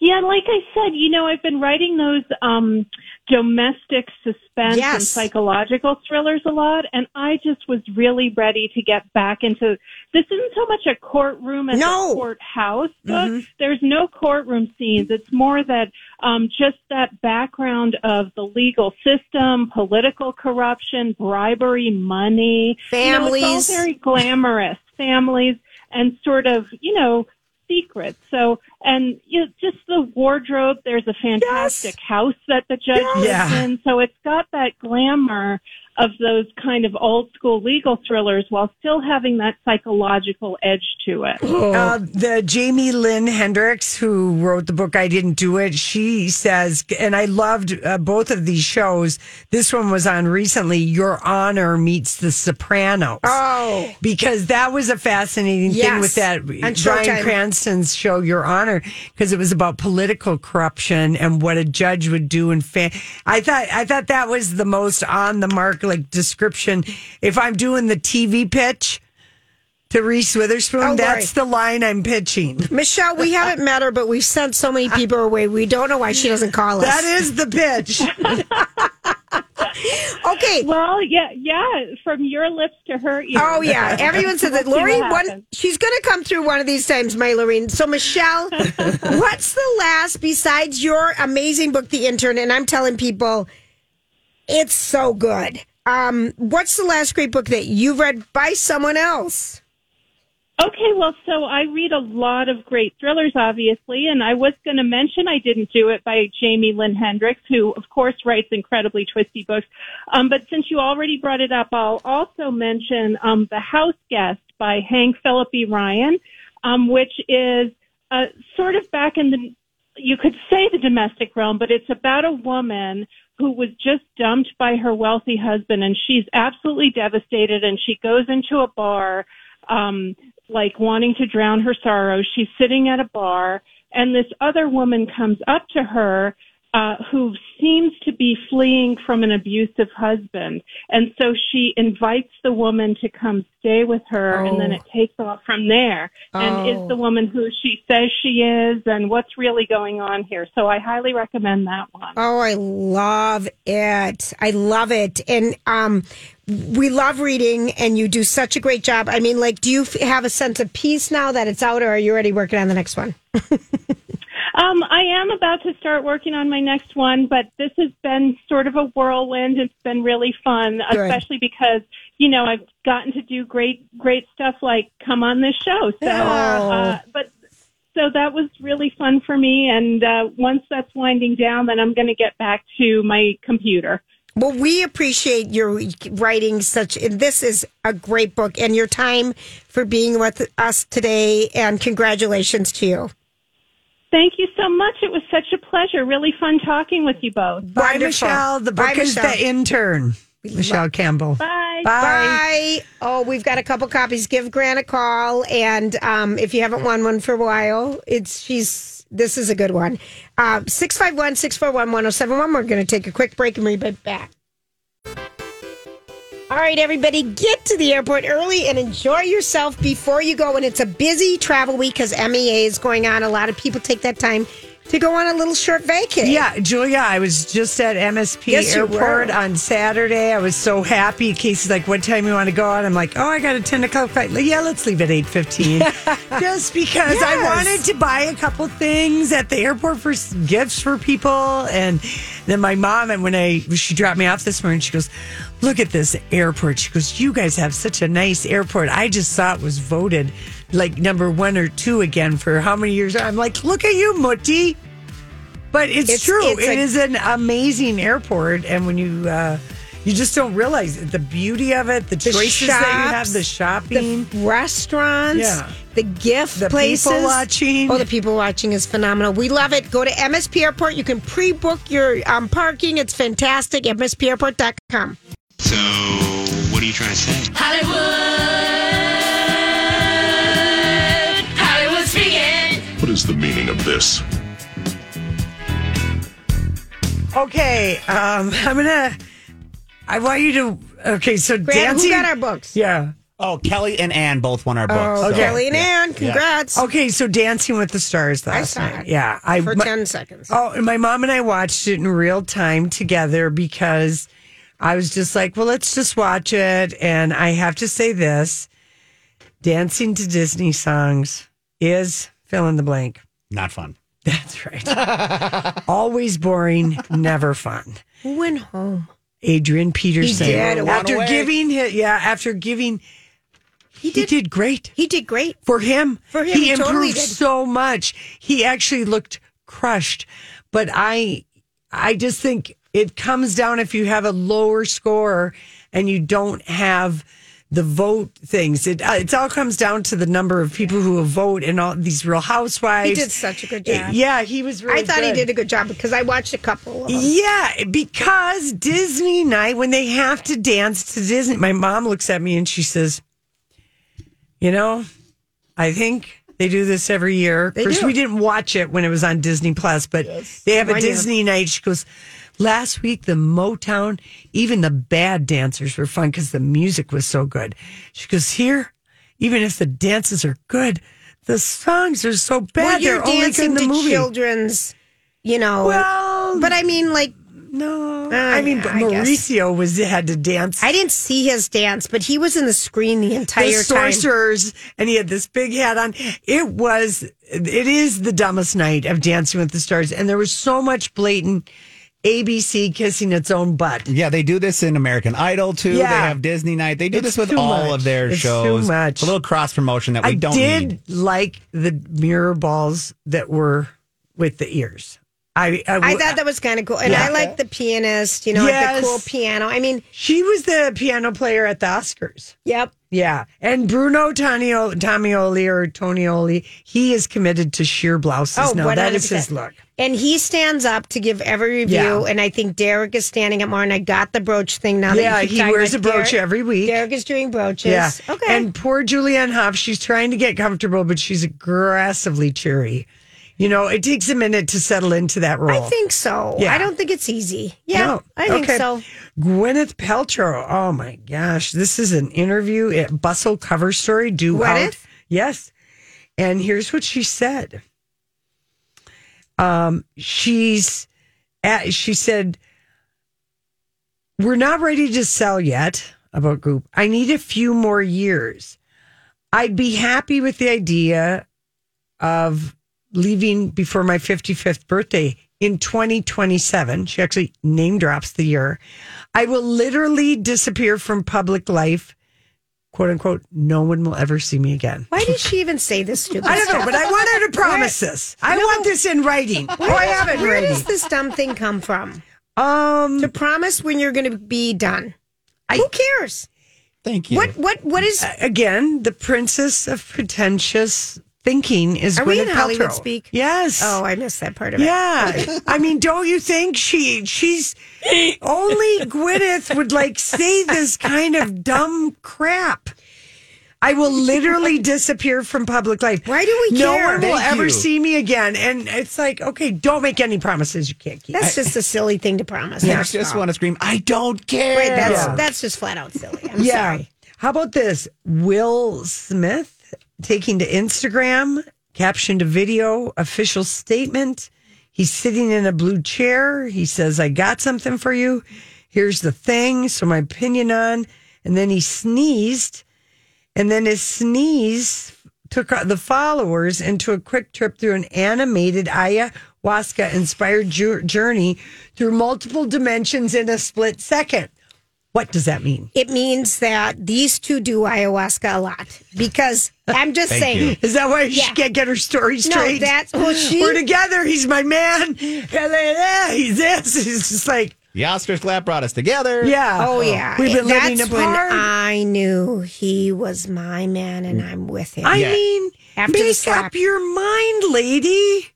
Speaker 10: Yeah, like I said, you know, I've been writing those um, domestic suspense and
Speaker 2: Yes.
Speaker 10: psychological thrillers a lot, and I just was really ready to get back into this. Isn't so much a courtroom as
Speaker 2: No. Mm-hmm.
Speaker 10: a courthouse book. There's no courtroom scenes. It's more that um, just that background of the legal system, political corruption, bribery, money, You know,
Speaker 2: Families.
Speaker 10: it's all very glamorous families and sort of you know secret. So, and you know, just the wardrobe. There's a fantastic house that the judge lives
Speaker 3: Yeah.
Speaker 10: in. So it's got that glamour of those kind of old school legal thrillers while still having that psychological edge to it.
Speaker 3: Uh, the Jamie Lynn Hendricks, who wrote the book I Didn't Do It, she says, and I loved uh, both of these shows. This one was on recently, Your Honor Meets the Sopranos.
Speaker 2: Oh.
Speaker 3: Because that was a fascinating thing
Speaker 2: Yes.
Speaker 3: with that
Speaker 2: On
Speaker 3: Bryan
Speaker 2: Showtime.
Speaker 3: Cranston's show, Your Honor, because it was about political corruption and what a judge would do. And fa- I thought, I thought that was the most on the mark, like description. If I'm doing the TV pitch, to Reese Witherspoon.
Speaker 2: Oh,
Speaker 3: That's the line I'm pitching.
Speaker 2: Michelle, we haven't met her, but we've sent so many people away. We don't know why she doesn't call us.
Speaker 3: That is the pitch.
Speaker 2: okay.
Speaker 10: Well, yeah, yeah, from your lips to her ears.
Speaker 2: Oh yeah, everyone says that.
Speaker 10: We'll see
Speaker 2: Lori,
Speaker 10: what
Speaker 2: one
Speaker 10: happens.
Speaker 2: she's going to come through one of these times, my Lorene. So Michelle, what's the last besides your amazing book, The Intern? And I'm telling people, it's so good. Um, what's the last great book that you've read by someone else?
Speaker 10: Okay, well, so I read a lot of great thrillers, obviously, and I was going to mention I Didn't Do It by Jamie Lynn Hendricks, who, of course, writes incredibly twisty books. Um, but since you already brought it up, I'll also mention um, The House Guest by Hank Philip E. Ryan, um, which is uh, sort of back in the, you could say the domestic realm, but it's about a woman who was just dumped by her wealthy husband, and she's absolutely devastated, and she goes into a bar um, like wanting to drown her sorrow. She's sitting at a bar, and this other woman comes up to her uh, who seems to be fleeing from an abusive husband. And so she invites the woman to come stay with her, and then
Speaker 11: Oh.
Speaker 10: it takes off from there. And
Speaker 11: Oh.
Speaker 10: is the woman who she says she is, and what's really going on here. So I highly recommend that one.
Speaker 2: Oh, I love it. I love it. And um, we love reading, and you do such a great job. I mean, like, do you f- have a sense of peace now that it's out, or are you already working on the next one?
Speaker 10: Um, I am about to start working on my next one, but this has been sort of a whirlwind. It's been really fun, especially because you know I've gotten to do great, great stuff like come on this show. So, uh, but so that was really fun for me. And uh, once that's winding down, then I'm going to get back to my computer.
Speaker 2: Well, we appreciate your writing such. This is a great book, and your time for being with us today. And congratulations to you.
Speaker 10: Thank you so much. It was such a pleasure. Really fun talking with you both.
Speaker 3: Bye, Michelle. The book is The Intern. Michelle Campbell.
Speaker 10: Bye.
Speaker 2: Bye. Oh, we've got a couple copies. Give Gran a call, and um, if you haven't won one for a while, it's she's this is a good one. Uh, 651-641-1071. We're going to take a quick break and we'll be back. All right, everybody, get to the airport early and enjoy yourself before you go. And it's a busy travel week because MEA is going on. A lot of people take that time to go on a little short vacation.
Speaker 3: Yeah, Julia, I was just at MSP
Speaker 2: Yes, you
Speaker 3: Airport
Speaker 2: were.
Speaker 3: on Saturday. I was so happy. Casey's like, "What time you want to go out?" I'm like, "Oh, I got a ten o'clock flight. Like, Yeah, let's leave at eight fifteen, just because I
Speaker 2: Yes.
Speaker 3: wanted to buy a couple things at the airport for s- gifts for people. And then my mom, and when I she dropped me off this morning, she goes, "Look at this airport." She goes, "You guys have such a nice airport. I just saw it was voted." Like number one or two again for how many years? I'm like, look at you, Mutti. But it's,
Speaker 2: It's-
Speaker 3: true.
Speaker 2: it's
Speaker 3: It is
Speaker 2: a-
Speaker 3: an amazing airport, and when you uh, you just don't realize it. the beauty of it, the, choices that you have, the shopping.
Speaker 2: the restaurants,
Speaker 3: Yeah.
Speaker 2: the gift
Speaker 3: The people
Speaker 2: places,
Speaker 3: watching.
Speaker 2: Oh, the people watching is phenomenal. We love it. Go to MSP Airport. You can pre-book your um, parking. It's fantastic. MSPAirport.com.
Speaker 12: So, what are you trying to say?
Speaker 13: Hollywood. Hollywood speaking.
Speaker 14: What is the meaning of this?
Speaker 3: okay, um, I'm gonna. I want you to. Okay, so
Speaker 2: Grant, who
Speaker 3: dancing.
Speaker 2: got our books?
Speaker 3: yeah.
Speaker 1: Oh, Kelly and Ann both won our books.
Speaker 2: Oh,
Speaker 1: so-
Speaker 2: Kelly and
Speaker 1: yeah.
Speaker 2: Ann, congrats.
Speaker 3: Okay, so Dancing with the Stars last
Speaker 2: saw
Speaker 3: night.
Speaker 2: it.
Speaker 3: Yeah, I
Speaker 2: For
Speaker 3: Oh, my-
Speaker 2: 10 seconds.
Speaker 3: Oh, and my mom and I watched it in real time together because I was just like, well, let's just watch it. And I have to say this dancing to Disney songs is fill in the blank.
Speaker 1: Not fun.
Speaker 3: That's right. Always boring, never fun.
Speaker 2: Who went home?
Speaker 3: Adrian Peterson.
Speaker 2: He did. It went
Speaker 3: After
Speaker 2: away.
Speaker 3: giving his, yeah, after giving, he did, great.
Speaker 2: He did great
Speaker 3: for him.
Speaker 2: For him,
Speaker 3: he,
Speaker 2: he
Speaker 3: improved
Speaker 2: totally did.
Speaker 3: so much. He actually looked crushed, but I, I just think it comes down if you have a lower score and you don't have the vote things. It uh, it all comes down to the number of people who vote and all these Real Housewives.
Speaker 2: He did such a good job.
Speaker 3: Yeah, he was. Really
Speaker 2: I thought he
Speaker 3: good.
Speaker 2: did a good job because I watched a couple of them.
Speaker 3: Yeah, because Disney night when they have to dance to Disney. My mom looks at me and she says, "You know, I think they do this every year." Of
Speaker 2: They
Speaker 3: course,
Speaker 2: do.
Speaker 3: we didn't watch it when it was on Disney Plus, but they have a
Speaker 2: Mine neither.
Speaker 3: Disney night. She goes, "Last week the Motown, even the bad dancers were fun because the music was so good." She goes, "Here, even if the dances are good." The songs are so bad.
Speaker 2: Well, you're
Speaker 3: They're only good in
Speaker 2: dancing
Speaker 3: the
Speaker 2: to
Speaker 3: movie.
Speaker 2: children's, you know.
Speaker 3: Well-
Speaker 2: but I mean, like,
Speaker 3: no.
Speaker 2: I
Speaker 3: I mean, but Mauricio was had to dance.
Speaker 2: I didn't see his dance, but he was in the screen the entire
Speaker 3: the
Speaker 2: time.
Speaker 3: sorcerers, and he had this big hat on. It was, it is the dumbest night of Dancing with the Stars, and there was so much blatant ABC kissing its own butt.
Speaker 1: Yeah, they do this in American Idol too.
Speaker 3: Yeah.
Speaker 1: They have Disney night. They do
Speaker 3: It's
Speaker 1: this with
Speaker 3: too
Speaker 1: all
Speaker 3: much.
Speaker 1: of their
Speaker 3: It's too
Speaker 1: shows.
Speaker 3: much.
Speaker 1: A little cross promotion that we
Speaker 3: I
Speaker 1: don't
Speaker 3: did
Speaker 1: need.
Speaker 3: like the mirror balls that were with the ears. I, I,
Speaker 2: I thought that was kind of cool, and
Speaker 3: Yeah.
Speaker 2: I like the pianist. You know, like
Speaker 3: Yes.
Speaker 2: the cool piano. I mean,
Speaker 3: she was the piano player at the Oscars.
Speaker 2: yep.
Speaker 3: Yeah, and Bruno Tanio, Tamioli or Tonioli, he is committed to sheer blouses
Speaker 2: Oh,
Speaker 3: now. That is his
Speaker 2: 100%.
Speaker 3: look.
Speaker 2: And he stands up to give every review,
Speaker 3: Yeah.
Speaker 2: and I think Derek is standing up more. And I got the brooch thing now.
Speaker 3: Yeah,
Speaker 2: that you keep
Speaker 3: he
Speaker 2: talking
Speaker 3: wears
Speaker 2: about
Speaker 3: a brooch
Speaker 2: Derek.
Speaker 3: every week.
Speaker 2: Derek is doing brooches.
Speaker 3: Yeah.
Speaker 2: Okay.
Speaker 3: And poor Julianne Hough, she's trying to get comfortable, but she's aggressively cheery. You know, it takes a minute to settle into that role.
Speaker 2: I think so.
Speaker 3: Yeah.
Speaker 2: I don't think it's easy. Yeah,
Speaker 3: No.
Speaker 2: I think
Speaker 3: Okay.
Speaker 2: so.
Speaker 3: Gwyneth Paltrow. Oh my gosh, this is an interview at Bustle cover story due
Speaker 2: Gwyneth?
Speaker 3: out. Yes, and here's what she said. Um, she's at, she said, "We're not ready to sell yet about Goop. I need a few more years. I'd be happy with the idea of leaving before my 55th birthday in 2027. She actually name drops the year. I will literally disappear from public life. Quote unquote, no one will ever see me again.
Speaker 2: Why did she even say this stupid
Speaker 3: I don't know,
Speaker 2: stuff?
Speaker 3: but I want her to promise this. I
Speaker 2: No.
Speaker 3: want this in writing. Oh,
Speaker 2: Where,
Speaker 3: I have it in
Speaker 2: where
Speaker 3: writing.
Speaker 2: does this dumb thing come from?
Speaker 3: Um,
Speaker 2: to promise when you're going to be done. Who cares?
Speaker 1: Thank
Speaker 2: What? What? What is?
Speaker 3: Uh, Again, the princess of pretentious thinking is
Speaker 2: Are
Speaker 3: Gwyneth
Speaker 2: we in Hollywood
Speaker 3: Paltrow.
Speaker 2: speak?
Speaker 3: Yes.
Speaker 2: Oh, I missed that part of it.
Speaker 3: Yeah. I mean, don't you think she she's only Gwyneth would like say this kind of dumb crap. I will literally disappear from public life.
Speaker 2: Why do we
Speaker 3: no
Speaker 2: care?
Speaker 3: one will
Speaker 1: Thank
Speaker 3: ever
Speaker 1: you.
Speaker 3: see me again. And it's like, okay, don't make any promises you can't keep.
Speaker 2: That's just a silly thing to promise.
Speaker 1: I
Speaker 2: That's
Speaker 1: just
Speaker 2: wrong.
Speaker 1: want to scream, I don't care.
Speaker 2: Wait, that's
Speaker 3: Yeah.
Speaker 2: that's just flat out silly. I'm sorry.
Speaker 3: How about this? Will Smith taking to Instagram, captioned a video, official statement. He's sitting in a blue chair. He says, I got something for you. Here's the thing. So, my opinion on. And then he sneezed. And then his sneeze took the followers into a quick trip through an animated ayahuasca inspired journey through multiple dimensions in a split second. What does that mean?
Speaker 2: It means that these two do ayahuasca a lot because I'm just
Speaker 1: Thank
Speaker 2: saying.
Speaker 1: you.
Speaker 3: Is that why she
Speaker 2: Yeah.
Speaker 3: can't get her story straight?
Speaker 2: that's- well, she-
Speaker 3: We're together. He's my man. He's this. It's just like,
Speaker 1: The Oscars clap brought us together.
Speaker 3: yeah.
Speaker 2: Oh yeah,
Speaker 3: We've been living
Speaker 2: that's when
Speaker 3: apart.
Speaker 2: I knew he was my man and I'm with him.
Speaker 3: I
Speaker 1: Yeah.
Speaker 3: mean,
Speaker 2: After the
Speaker 3: make
Speaker 2: slap.
Speaker 3: up your mind, lady.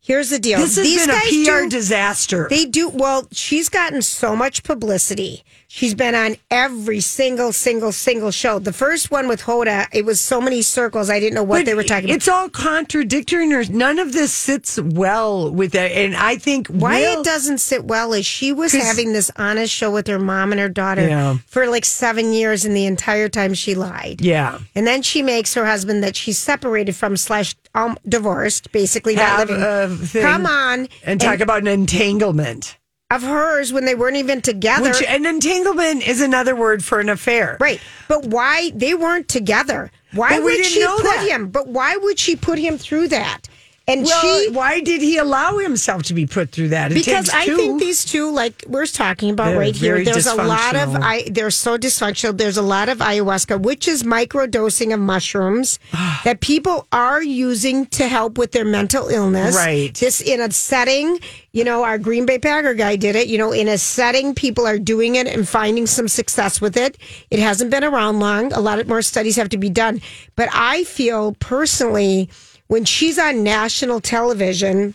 Speaker 2: Here's the deal.
Speaker 3: This has
Speaker 2: These
Speaker 3: been a
Speaker 2: guys
Speaker 3: PR
Speaker 2: do-
Speaker 3: disaster.
Speaker 2: They do well. She's gotten so much publicity. She's been on every single, single, single show. The first one with Hoda, it was so many circles. I didn't know what
Speaker 3: But
Speaker 2: they were talking about.
Speaker 3: It's all contradictory. or None of this sits well with that. And I think
Speaker 2: Why
Speaker 3: Will-
Speaker 2: it doesn't sit well is she was
Speaker 3: 'Cause-
Speaker 2: having this honest show with her mom and her daughter
Speaker 3: Yeah.
Speaker 2: for like seven years, and the entire time she lied.
Speaker 3: Yeah.
Speaker 2: And then she makes her husband that she's separated from slash um, divorced, basically
Speaker 3: Have
Speaker 2: not living.
Speaker 3: a thing
Speaker 2: Come on
Speaker 3: and talk about an entanglement.
Speaker 2: of hers when they weren't even together.
Speaker 3: Which an entanglement is another word for an affair.
Speaker 2: Right. But why they weren't together? Why
Speaker 3: But we
Speaker 2: would
Speaker 3: didn't
Speaker 2: she
Speaker 3: know
Speaker 2: put
Speaker 3: that.
Speaker 2: him? But why would she put him through that? And
Speaker 3: Well,
Speaker 2: she
Speaker 3: why did he allow himself to be put through that? It
Speaker 2: because
Speaker 3: takes
Speaker 2: I
Speaker 3: two.
Speaker 2: think these two, like we're talking about
Speaker 3: They're
Speaker 2: right here,
Speaker 3: very
Speaker 2: there's a lot of
Speaker 3: dysfunctional.
Speaker 2: I. They're so dysfunctional. There's a lot of ayahuasca, which is microdosing of mushrooms that people are using to help with their mental illness.
Speaker 3: Right.
Speaker 2: This in a setting, you know, our Green Bay Packer guy did it. You know, in a setting, people are doing it and finding some success with it. It hasn't been around long. A lot of more studies have to be done. But I feel personally, when she's on national television.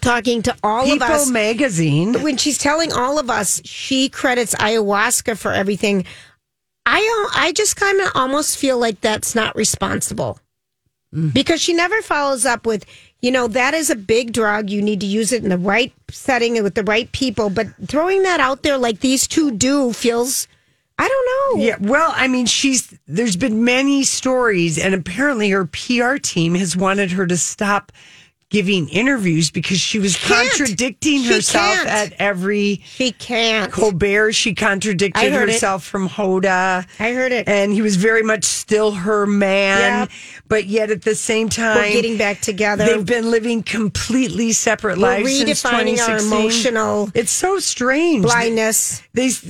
Speaker 2: Talking to all
Speaker 3: People
Speaker 2: of us,
Speaker 3: magazine.
Speaker 2: when she's telling all of us she credits ayahuasca for everything, I al- I just kind of almost feel like that's not responsible
Speaker 3: Mm.
Speaker 2: because she never follows up with you know that is a big drug you need to use it in the right setting and with the right people but throwing that out there like these two do feels i don't know
Speaker 3: Yeah, well, I mean, she's there's been many stories, and apparently her PR team has wanted her to stop giving interviews because she was
Speaker 2: Can't.
Speaker 3: contradicting
Speaker 2: She
Speaker 3: herself
Speaker 2: can't.
Speaker 3: at every
Speaker 2: she can't
Speaker 3: Colbert. She
Speaker 2: I
Speaker 3: contradicted
Speaker 2: heard it.
Speaker 3: herself from Hoda.
Speaker 2: I heard it.
Speaker 3: and he was very much still her man,
Speaker 2: Yep.
Speaker 3: but yet at the same time,
Speaker 2: getting back together.
Speaker 3: They've been living completely separate
Speaker 2: We're
Speaker 3: lives. since
Speaker 2: redefining our
Speaker 3: 2016.
Speaker 2: emotional
Speaker 3: It's so strange.
Speaker 2: blindness
Speaker 3: These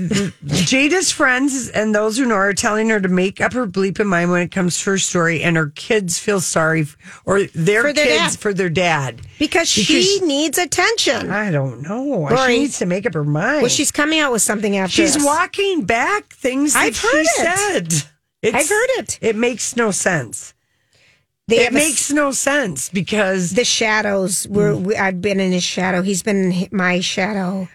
Speaker 3: Jada's friends and those who know her are telling her to make up her bleeping mind when it comes to her story, and her kids feel sorry f- or their,
Speaker 2: For their
Speaker 3: kids
Speaker 2: dad.
Speaker 3: for their dad.
Speaker 2: because she needs attention
Speaker 3: I don't know.
Speaker 2: Lori.
Speaker 3: She needs to make up her mind.
Speaker 2: well she's coming out with something after
Speaker 3: she's
Speaker 2: this.
Speaker 3: walking back things that
Speaker 2: I've
Speaker 3: she
Speaker 2: heard it.
Speaker 3: said. It's-
Speaker 2: I've heard it.
Speaker 3: It makes no sense.
Speaker 2: They
Speaker 3: it
Speaker 2: have a
Speaker 3: makes no sense because
Speaker 2: the shadows were
Speaker 3: Mm.
Speaker 2: we, i've been in his shadow he's been in hi- my shadow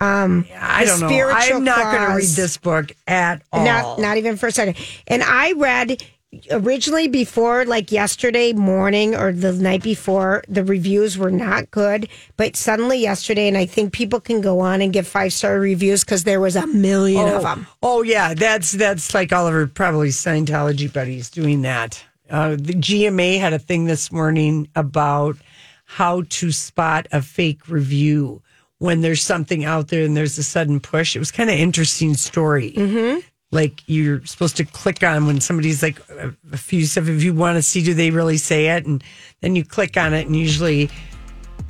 Speaker 2: um
Speaker 3: I
Speaker 2: the
Speaker 3: don't know.
Speaker 2: spiritual
Speaker 3: I'm not going to read
Speaker 2: clause.
Speaker 3: this book at all.
Speaker 2: not not even for a second and i read originally before like yesterday morning or the night before the reviews were not good but suddenly yesterday and i think people can go on and give five star reviews because there was a million
Speaker 3: oh,
Speaker 2: of them
Speaker 3: Oh yeah, that's that's like all of our probably Scientology buddies doing that. Uh, the GMA had a thing this morning about how to spot a fake review when there's something out there and there's a sudden push. It was kind of interesting story.
Speaker 2: mm-hmm.
Speaker 3: Like you're supposed to click on when somebody's like uh, if you if you want to see do they really say it and then you click on it and usually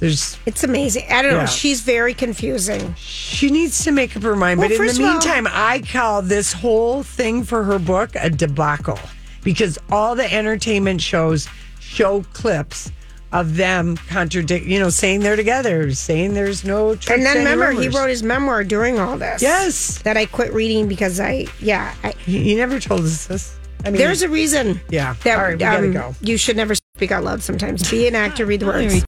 Speaker 3: there's
Speaker 2: it's amazing i don't know
Speaker 3: Yeah.
Speaker 2: she's very confusing
Speaker 3: she needs to make up her mind.
Speaker 2: Well,
Speaker 3: but in the
Speaker 2: first of all-
Speaker 3: meantime, I call this whole thing for her book a debacle because all the entertainment shows show clips of them contradict, you know, saying they're together, saying there's no. truth
Speaker 2: and
Speaker 3: to
Speaker 2: then
Speaker 3: any
Speaker 2: remember he
Speaker 3: rumors.
Speaker 2: wrote his memoir during all this
Speaker 3: Yes.
Speaker 2: that i quit reading because i yeah I,
Speaker 3: He he never told us this. I mean,
Speaker 2: there's a reason
Speaker 3: yeah.
Speaker 2: that
Speaker 3: all right, we gotta
Speaker 2: um,
Speaker 3: go.
Speaker 2: you should never speak out loud sometimes be an actor read the words